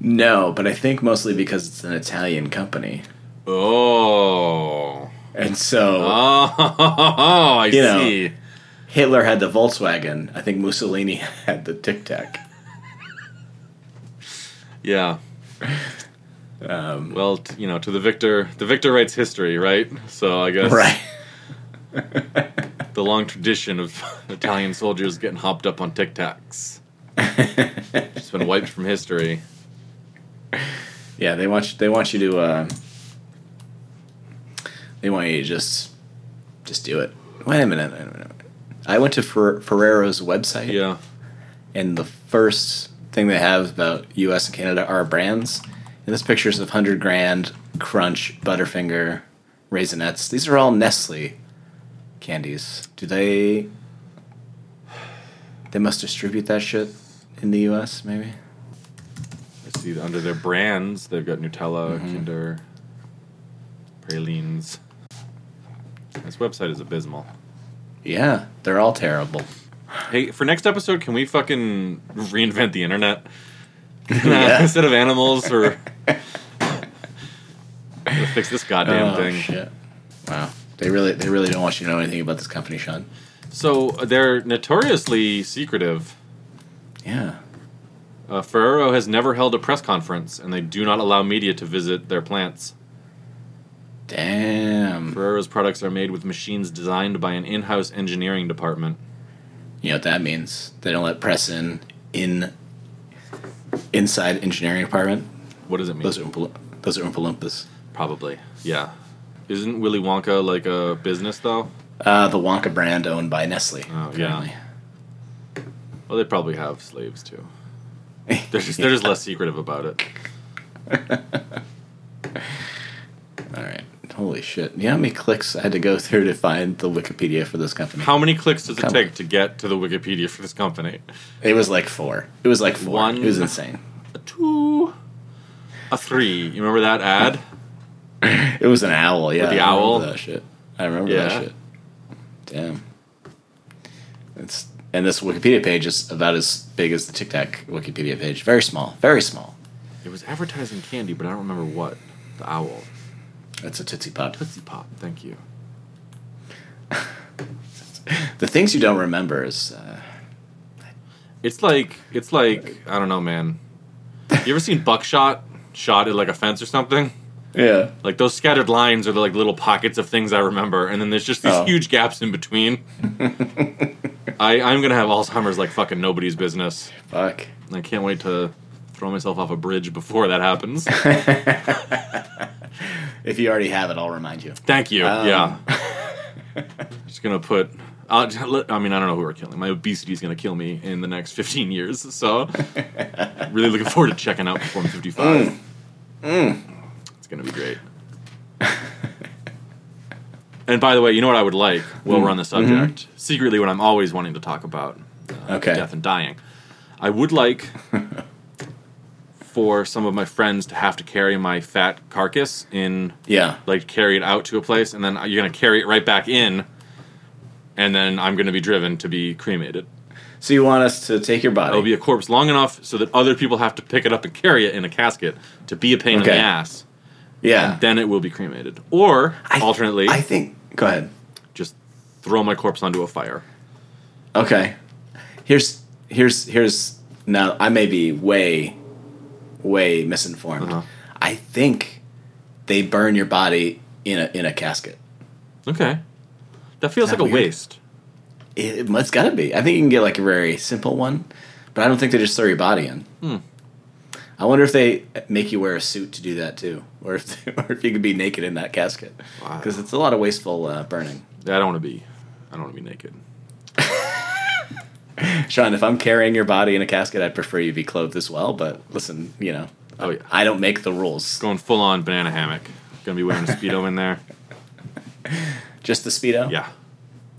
Speaker 1: No, but I think mostly because it's an Italian company,
Speaker 2: oh
Speaker 1: and so
Speaker 2: oh I
Speaker 1: You know.
Speaker 2: see
Speaker 1: Hitler had the Volkswagen. I think Mussolini had the Tic Tac.
Speaker 2: yeah
Speaker 1: Um,
Speaker 2: Well, t- you know, to the victor, the victor writes history, right? So I guess
Speaker 1: right.
Speaker 2: the long tradition of Italian soldiers getting hopped up on Tic Tacs. it's been wiped from history.
Speaker 1: Yeah, they want you, they want you to uh, they want you to just just do it. Wait a minute. Wait a minute. I went to Fer- Ferrero's website,
Speaker 2: Yeah.
Speaker 1: and the first thing they have about U.S. and Canada are brands. And this pictures of Hundred Grand, Crunch, Butterfinger, Raisinets. These are all Nestle candies. Do they? They must distribute that shit in the U.S. Maybe.
Speaker 2: I see that under their brands, they've got Nutella,
Speaker 1: Mm-hmm.
Speaker 2: Kinder, Pralines. This website is abysmal.
Speaker 1: Yeah, they're all terrible.
Speaker 2: Hey, for next episode, can we fucking reinvent the internet?
Speaker 1: Yeah.
Speaker 2: Instead of animals or. Gotta fix this goddamn thing.
Speaker 1: Oh, Shit. Wow. They really they really don't want you to know anything about this company, Sean.
Speaker 2: So they're notoriously secretive.
Speaker 1: Yeah.
Speaker 2: Uh, Ferrero has never held a press conference, and they do not allow media to visit their plants.
Speaker 1: Damn.
Speaker 2: Ferrero's products are made with machines designed by an in house engineering department.
Speaker 1: You know what that means? They don't let press in in inside engineering department.
Speaker 2: What does it mean?
Speaker 1: Those are Oompa, those are Oompa Loompas.
Speaker 2: Probably. Yeah. Isn't Willy Wonka like a business though?
Speaker 1: Uh, the Wonka brand owned by Nestle.
Speaker 2: Oh, yeah.
Speaker 1: apparently.
Speaker 2: Well, they probably have slaves too. They're just they're just less secretive about it.
Speaker 1: All right. Holy shit. You know how many clicks I had to go through to find the Wikipedia for this company?
Speaker 2: How many clicks does it
Speaker 1: Come on.
Speaker 2: take to get to the Wikipedia for this company?
Speaker 1: It was like four. It was like four.
Speaker 2: One.
Speaker 1: It was insane.
Speaker 2: A two, a three. You remember that ad?
Speaker 1: It was an owl, yeah.
Speaker 2: the
Speaker 1: I remember
Speaker 2: owl?
Speaker 1: that shit. I remember
Speaker 2: Yeah.
Speaker 1: that shit. Damn. It's and this Wikipedia page is about as big as the Tic Tac Wikipedia page. Very small. Very small.
Speaker 2: It was advertising candy, but I don't remember what. The owl.
Speaker 1: That's a Tootsie Pop.
Speaker 2: Tootsie Pop. Thank you.
Speaker 1: The things you don't remember is uh,
Speaker 2: It's like it's like I don't know, man. You ever seen buckshot shot at like a fence or something?
Speaker 1: Yeah.
Speaker 2: Like those scattered lines are like little pockets of things I remember, and then there's just these
Speaker 1: Oh.
Speaker 2: huge gaps in between. I, I'm gonna have Alzheimer's like fucking nobody's business.
Speaker 1: Fuck.
Speaker 2: And I can't wait to throw myself off a bridge before that happens.
Speaker 1: If you already have it, I'll remind you.
Speaker 2: Thank you.
Speaker 1: Um.
Speaker 2: Yeah. just gonna put. I'll just let- I mean, I don't know who we're killing. My obesity is gonna kill me in the next 15 years. So, really looking forward to checking out before I'm 55. It's gonna be great. and by the way, you know what I would like while we're on the subject? Secretly, what I'm always wanting to talk about
Speaker 1: Okay.
Speaker 2: death and dying. I would like for some of my friends to have to carry my fat carcass in
Speaker 1: Yeah.
Speaker 2: like carry it out to a place and then you're going to carry it right back in and then i'm going to be driven to be cremated
Speaker 1: So you want us to take your
Speaker 2: it'll
Speaker 1: body?
Speaker 2: be a corpse long enough so that other people have to pick it up and carry it in a casket to be a pain in
Speaker 1: Okay.
Speaker 2: the ass
Speaker 1: yeah.
Speaker 2: then it will be cremated or
Speaker 1: I-
Speaker 2: alternately
Speaker 1: I think. Go ahead.
Speaker 2: just throw my corpse onto a fire
Speaker 1: Okay. Here's here's here's now I may be way way misinformed.
Speaker 2: Uh-huh.
Speaker 1: I think they burn your body in a in a casket.
Speaker 2: okay that feels
Speaker 1: Is that
Speaker 2: like a
Speaker 1: weird?
Speaker 2: waste
Speaker 1: It, it's got to be. I think you can get like a very simple one, but I don't think they just throw your body in.
Speaker 2: Hmm.
Speaker 1: I wonder if they make you wear a suit to do that too, or if or if you could be naked in that casket,
Speaker 2: Wow.
Speaker 1: because it's a lot of wasteful uh, burning.
Speaker 2: i don't want to be i don't want to be naked
Speaker 1: Sean, if I'm carrying your body in a casket, I'd prefer you be clothed as well. But listen, you know,
Speaker 2: oh yeah
Speaker 1: I don't make the rules.
Speaker 2: going full on banana hammock gonna be wearing a speedo in there
Speaker 1: Just the speedo.
Speaker 2: yeah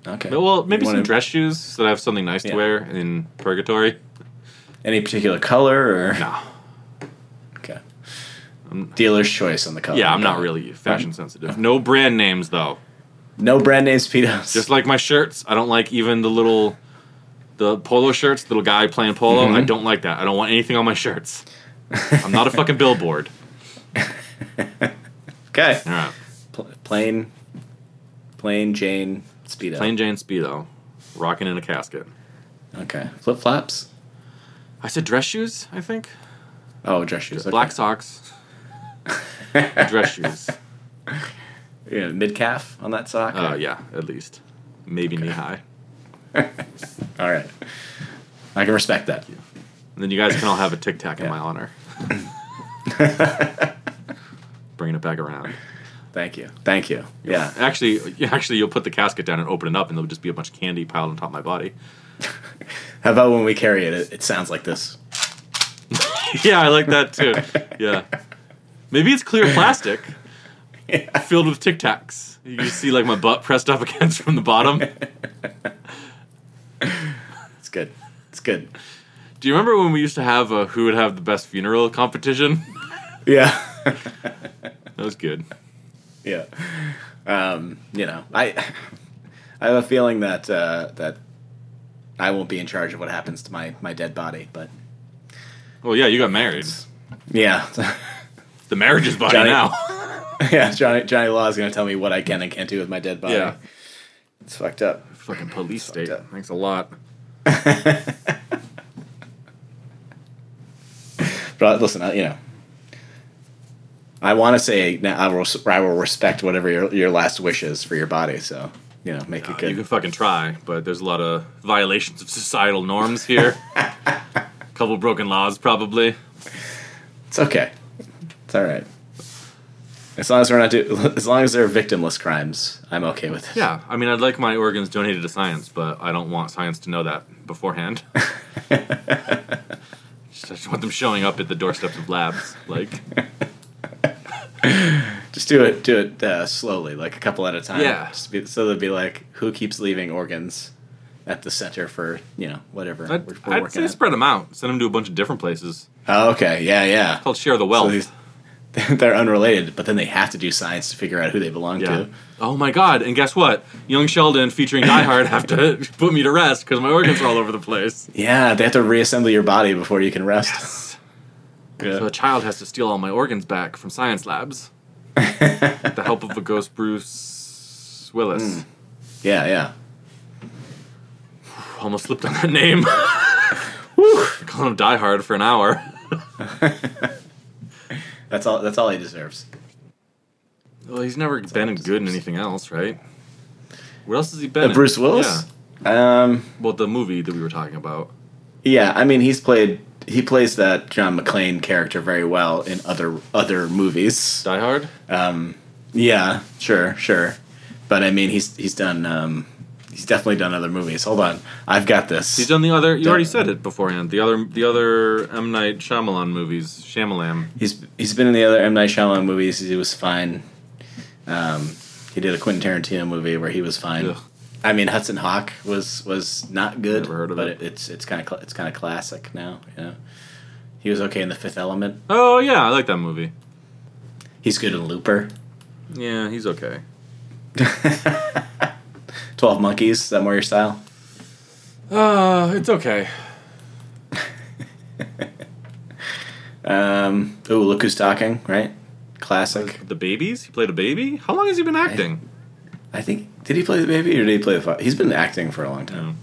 Speaker 1: Okay.
Speaker 2: well maybe
Speaker 1: You
Speaker 2: some
Speaker 1: wanna-
Speaker 2: dress shoes so that i have something nice to
Speaker 1: Yeah.
Speaker 2: wear in purgatory
Speaker 1: Any particular color or
Speaker 2: no Um,
Speaker 1: okay. Dealer's choice on the color.
Speaker 2: Yeah, I'm not really fashion sensitive. No brand names though.
Speaker 1: No brand name speedos.
Speaker 2: Just like my shirts, I don't like even the little the polo shirts, little guy playing polo. I don't like that. I don't want anything on my shirts. I'm not a fucking billboard.
Speaker 1: okay.
Speaker 2: All right.
Speaker 1: Pl- plain, plain Jane speedo.
Speaker 2: Plain Jane Speedo, rocking in a casket.
Speaker 1: Okay. Flip flops.
Speaker 2: I said dress shoes, I think.
Speaker 1: Oh, dress shoes. Okay.
Speaker 2: Black socks. dress shoes.
Speaker 1: Yeah, mid calf on that sock.
Speaker 2: Uh, yeah, at least maybe knee high.
Speaker 1: All right. I can respect that.
Speaker 2: And then you guys can all have a tic tac in
Speaker 1: Yeah.
Speaker 2: my honor. Bringing it back around.
Speaker 1: Thank you. Thank you. Yeah.
Speaker 2: Actually, yeah, actually, you'll put the casket down and open it up, and there'll just be a bunch of candy piled on top of my body.
Speaker 1: How about when we carry it, it, it sounds like this.
Speaker 2: yeah, I like that too. Yeah. Maybe it's clear plastic filled with Tic Tacs. You can see like my butt pressed up against from the bottom.
Speaker 1: It's good. It's good.
Speaker 2: Do you remember when we used to have a who would have the best funeral competition?
Speaker 1: Yeah.
Speaker 2: That was good.
Speaker 1: yeah. Um, you know, I I have a feeling that uh, that I won't be in charge of what happens to my, my dead body, but
Speaker 2: Well, yeah, you got married.
Speaker 1: yeah.
Speaker 2: The marriage is body
Speaker 1: Johnny-
Speaker 2: now.
Speaker 1: yeah, Johnny Johnny Law is going to tell me what I can and can't do with my dead body.
Speaker 2: Yeah.
Speaker 1: It's fucked up.
Speaker 2: Fucking police state.
Speaker 1: up.
Speaker 2: Thanks a lot.
Speaker 1: But I- listen, I, you know, I want to say now I will I will respect whatever your your last wish is for your body. So you know, make it
Speaker 2: You
Speaker 1: good.
Speaker 2: can fucking try, but there's a lot of violations of societal norms here. Couple broken laws, probably.
Speaker 1: It's okay. It's all right. As long as we're not do, as long as they're victimless crimes, I'm okay with it.
Speaker 2: Yeah, I mean, I'd like my organs donated to science, but I don't want science to know that beforehand. just, I just want them showing up at the doorsteps of labs. Like,
Speaker 1: Just do it, do it uh, slowly, like a couple at a time.
Speaker 2: Yeah.
Speaker 1: Just be, so they'd be like, who keeps leaving organs at the center for you know whatever
Speaker 2: I'd,
Speaker 1: we're, we're
Speaker 2: I'd
Speaker 1: working
Speaker 2: say
Speaker 1: at?
Speaker 2: spread them out, send them to a bunch of different places.
Speaker 1: Oh, okay. Yeah, yeah.
Speaker 2: Called share the wealth.
Speaker 1: So these, they're unrelated, but then they have to do science to figure out who they belong
Speaker 2: yeah.
Speaker 1: to.
Speaker 2: Oh my God! And guess what? Young Sheldon featuring Die Hard have to put me to rest because my organs are all over the place.
Speaker 1: Yeah, they have to reassemble your body before you can rest.
Speaker 2: So a
Speaker 1: Yeah.
Speaker 2: child has to steal all my organs back from science labs. with the help of a ghost Bruce
Speaker 1: Hmm.
Speaker 2: Willis.
Speaker 1: yeah, yeah.
Speaker 2: Almost slipped on that name. Call him Die Hard for an hour.
Speaker 1: That's all. That's all he deserves.
Speaker 2: Well, he's never been good in anything else, right? What else has he been?
Speaker 1: Uh,
Speaker 2: in?
Speaker 1: Bruce Willis. Um.
Speaker 2: Yeah. Well, the movie that we were talking about.
Speaker 1: Yeah, I mean he's played he plays that John McClane character very well in other other movies.
Speaker 2: Die Hard.
Speaker 1: Yeah, sure, sure. But I mean he's he's done um he's definitely done other movies. Hold on. I've got this.
Speaker 2: He's done the other. You
Speaker 1: Duh.
Speaker 2: already said it beforehand. The other, the other M Night Shyamalan movies. Shyamalan.
Speaker 1: he's he's been in the other M Night Shyamalan movies. He was fine. Um he did a Quentin Tarantino movie where he was fine.
Speaker 2: Ugh.
Speaker 1: I mean Hudson Hawk was was not good,
Speaker 2: Never heard of
Speaker 1: but
Speaker 2: it.
Speaker 1: it's it's kind of cl- it's kind of classic now, you know. He was okay in The Fifth Element.
Speaker 2: Oh yeah, I like that movie.
Speaker 1: He's good in Looper.
Speaker 2: Yeah, he's okay.
Speaker 1: 12 Monkeys, is that more your style?
Speaker 2: Uh, it's okay.
Speaker 1: Um, ooh, look who's talking, right? Classic.
Speaker 2: The babies. He played a baby. How long has he been acting?
Speaker 1: I think did he play the baby or did he play the father? He's been acting for a long time.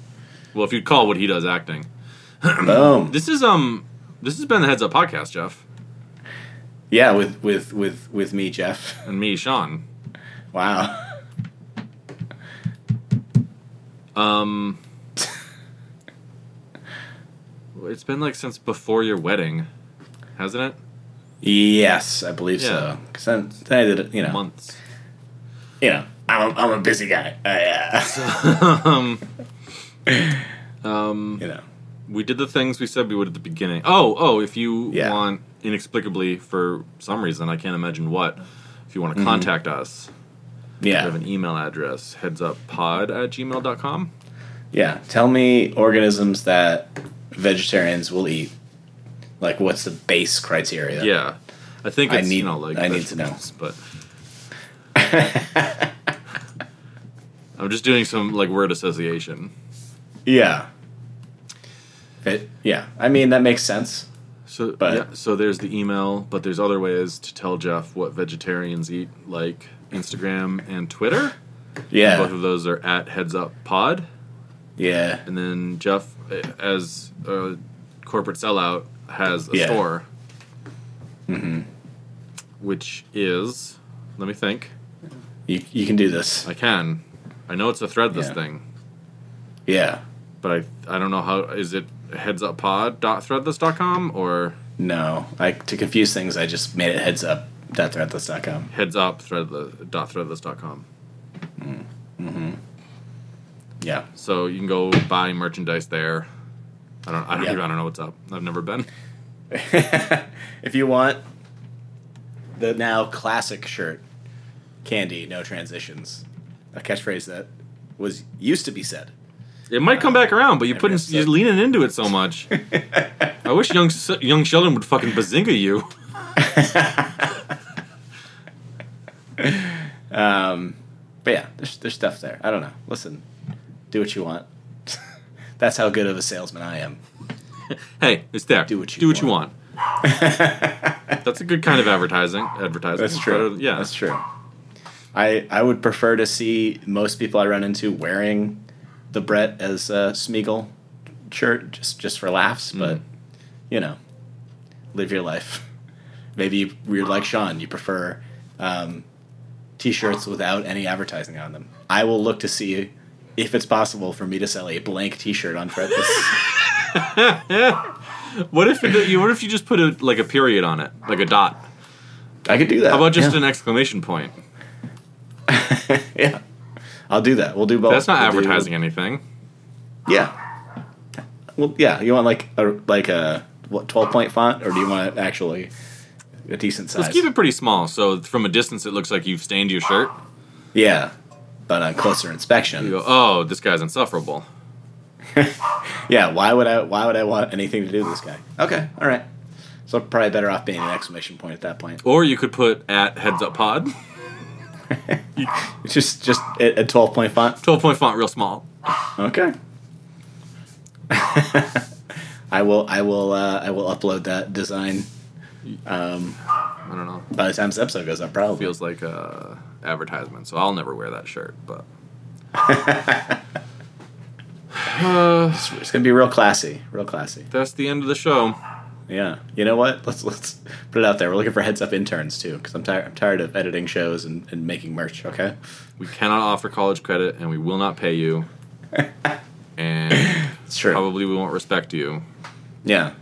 Speaker 2: Well, if you'd call what he does acting.
Speaker 1: Boom.
Speaker 2: This is um, this has been the Heads Up podcast, Jeff,
Speaker 1: Yeah, with with with with me, Jeff.
Speaker 2: and me, Sean.
Speaker 1: Wow.
Speaker 2: Um, it's been like since before your wedding, hasn't it?
Speaker 1: Yes, I believe
Speaker 2: Yeah.
Speaker 1: so. Because then, then I did it. You know,
Speaker 2: Months.
Speaker 1: you know, I'm I'm a busy guy. I, uh,
Speaker 2: um,
Speaker 1: you know,
Speaker 2: we did the things we said we would at the beginning. Oh, oh, if you
Speaker 1: Yeah.
Speaker 2: want inexplicably for some reason, I can't imagine what, if you want to contact us, we have
Speaker 1: Mm-hmm. yeah,
Speaker 2: an email address, headsuppod at gmail.com.
Speaker 1: yeah. Tell me organisms that vegetarians will eat. Like, what's the base criteria?
Speaker 2: Yeah. I think
Speaker 1: I
Speaker 2: it's,
Speaker 1: need-
Speaker 2: you know, like
Speaker 1: I need to know.
Speaker 2: vegetables, But I'm just doing some like word association.
Speaker 1: Yeah. It, yeah, I mean that makes sense.
Speaker 2: So
Speaker 1: But-
Speaker 2: yeah, so there's the email, but there's other ways to tell Jeff what vegetarians eat, like Instagram and Twitter. Both
Speaker 1: Yeah,
Speaker 2: of those are at Heads Up Pod.
Speaker 1: yeah,
Speaker 2: And then Jeff, eh, as a corporate sellout, has a
Speaker 1: Yeah.
Speaker 2: store. which is. Let me think.
Speaker 1: You, you can do this.
Speaker 2: I can. I know it's a threadless
Speaker 1: Yeah.
Speaker 2: thing,
Speaker 1: Yeah.
Speaker 2: but I I don't know how is it heads up pod dot threadless dot com or
Speaker 1: No. I to confuse things. I just made it heads up. Threadless.com.
Speaker 2: heads up threadless dot threadless dot com.
Speaker 1: Yeah.
Speaker 2: So you can go buy merchandise there. I don't. I don't.
Speaker 1: Yeah.
Speaker 2: I don't know what's up. I've never been.
Speaker 1: if you want the now classic shirt, candy, no transitions, a catchphrase that was used to be said.
Speaker 2: It might come back around, but you
Speaker 1: Every
Speaker 2: putting
Speaker 1: episode.
Speaker 2: you're leaning into it so much. I wish young S- young Sheldon would fucking bazinga you.
Speaker 1: But yeah, there's, there's stuff there. I don't know. Listen, do what you want. That's how good of a salesman I am.
Speaker 2: Hey, it's there.
Speaker 1: Do what you
Speaker 2: want. that's a good kind of advertising. Advertising.
Speaker 1: That's true.
Speaker 2: Better- Yeah,
Speaker 1: that's true. I I would prefer to see most people I run into wearing the Brett as a Smeagol shirt just just for laughs,
Speaker 2: Mm-hmm.
Speaker 1: but you know, live your life. Maybe you- you're like Sean, you prefer um, t-shirts without any advertising on them. I will look to see if it's possible for me to sell a blank t-shirt on Brett.
Speaker 2: What if it, you? What if you just put a like a period on it, like a dot?
Speaker 1: I could do that.
Speaker 2: How about just
Speaker 1: yeah.
Speaker 2: an exclamation point?
Speaker 1: yeah. I'll do that. We'll do both.
Speaker 2: That's not
Speaker 1: Oh, We'll do-
Speaker 2: advertising anything.
Speaker 1: Yeah. Well, yeah. You want like a like a what twelve point font, or do you want it actually a decent size?
Speaker 2: Let's keep it pretty small, so from a distance it looks like you've stained your shirt.
Speaker 1: Yeah. But on closer
Speaker 2: You
Speaker 1: inspection,
Speaker 2: go, oh, this guy's insufferable.
Speaker 1: yeah. Why would I? Why would I want anything to do with this guy? Okay. All right. So I'm probably better off being an exclamation point at that point.
Speaker 2: Or you could put at heads up pod,
Speaker 1: It's just just a twelve point font.
Speaker 2: twelve point font, real small.
Speaker 1: Okay. I will. I will. Uh, I will upload that design
Speaker 2: I don't know.
Speaker 1: by the time this episode goes up. Probably.
Speaker 2: feels like a advertisement, so I'll never wear that shirt. But Uh,
Speaker 1: It's- it's gonna be real classy. Real classy.
Speaker 2: that's the end of the show.
Speaker 1: Yeah. You know what? Let's let's put it out there. We're looking for heads up interns too, because I'm tired. I'm tired of editing shows and, and making merch. Okay.
Speaker 2: We cannot offer college credit, and we will not pay you, and
Speaker 1: It's true.
Speaker 2: probably we won't respect you.
Speaker 1: Yeah.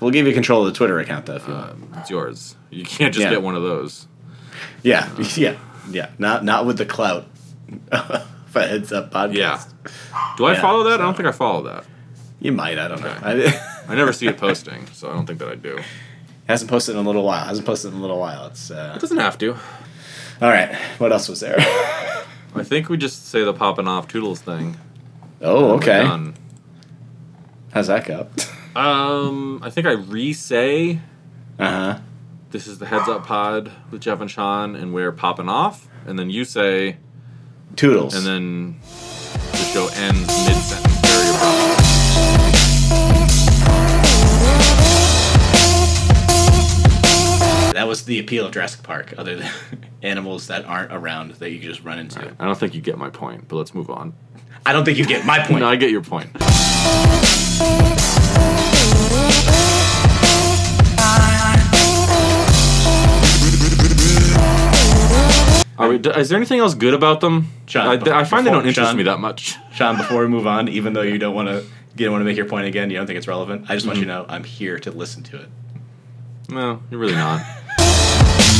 Speaker 1: We'll give you control of the Twitter account though. If you want.
Speaker 2: Um, it's yours. You can't just
Speaker 1: Yeah.
Speaker 2: get one of those.
Speaker 1: Yeah.
Speaker 2: uh.
Speaker 1: yeah. Yeah. Not not with the clout. of a heads up podcast.
Speaker 2: Yeah. Do I
Speaker 1: Yeah,
Speaker 2: follow that? I don't
Speaker 1: so-
Speaker 2: think I follow that.
Speaker 1: You might. I don't know.
Speaker 2: Okay.
Speaker 1: I,
Speaker 2: I never see it posting, so I don't think that I do.
Speaker 1: hasn't posted in a little while. Hasn't posted in a little while. It's uh,
Speaker 2: It doesn't have to.
Speaker 1: all right. What else was there?
Speaker 2: I think we just say the popping off toodles thing.
Speaker 1: oh,
Speaker 2: We're
Speaker 1: okay.
Speaker 2: done.
Speaker 1: How's that go?
Speaker 2: Um, I think I re-say
Speaker 1: Uh huh.
Speaker 2: this is the Heads Up Pod with Jeff and Sean, and we're popping off. And then you say,
Speaker 1: Toodles.
Speaker 2: and then the show ends mid sentence. Very abrupt.
Speaker 1: that was the appeal of Jurassic Park. Other than animals that aren't around that you can just run into.
Speaker 2: I don't think you get my point, but let's move on.
Speaker 1: I don't think you get my point.
Speaker 2: No, I get your point. Are we, is there anything else good about them?
Speaker 1: Sean,
Speaker 2: I, I find they
Speaker 1: before-
Speaker 2: don't interest
Speaker 1: Sean?
Speaker 2: me that much.
Speaker 1: Sean, before we move on, even though you don't want to, you don't want to make your point again, you don't think it's relevant. I just want you to know I'm here to listen to it.
Speaker 2: No, you're really not.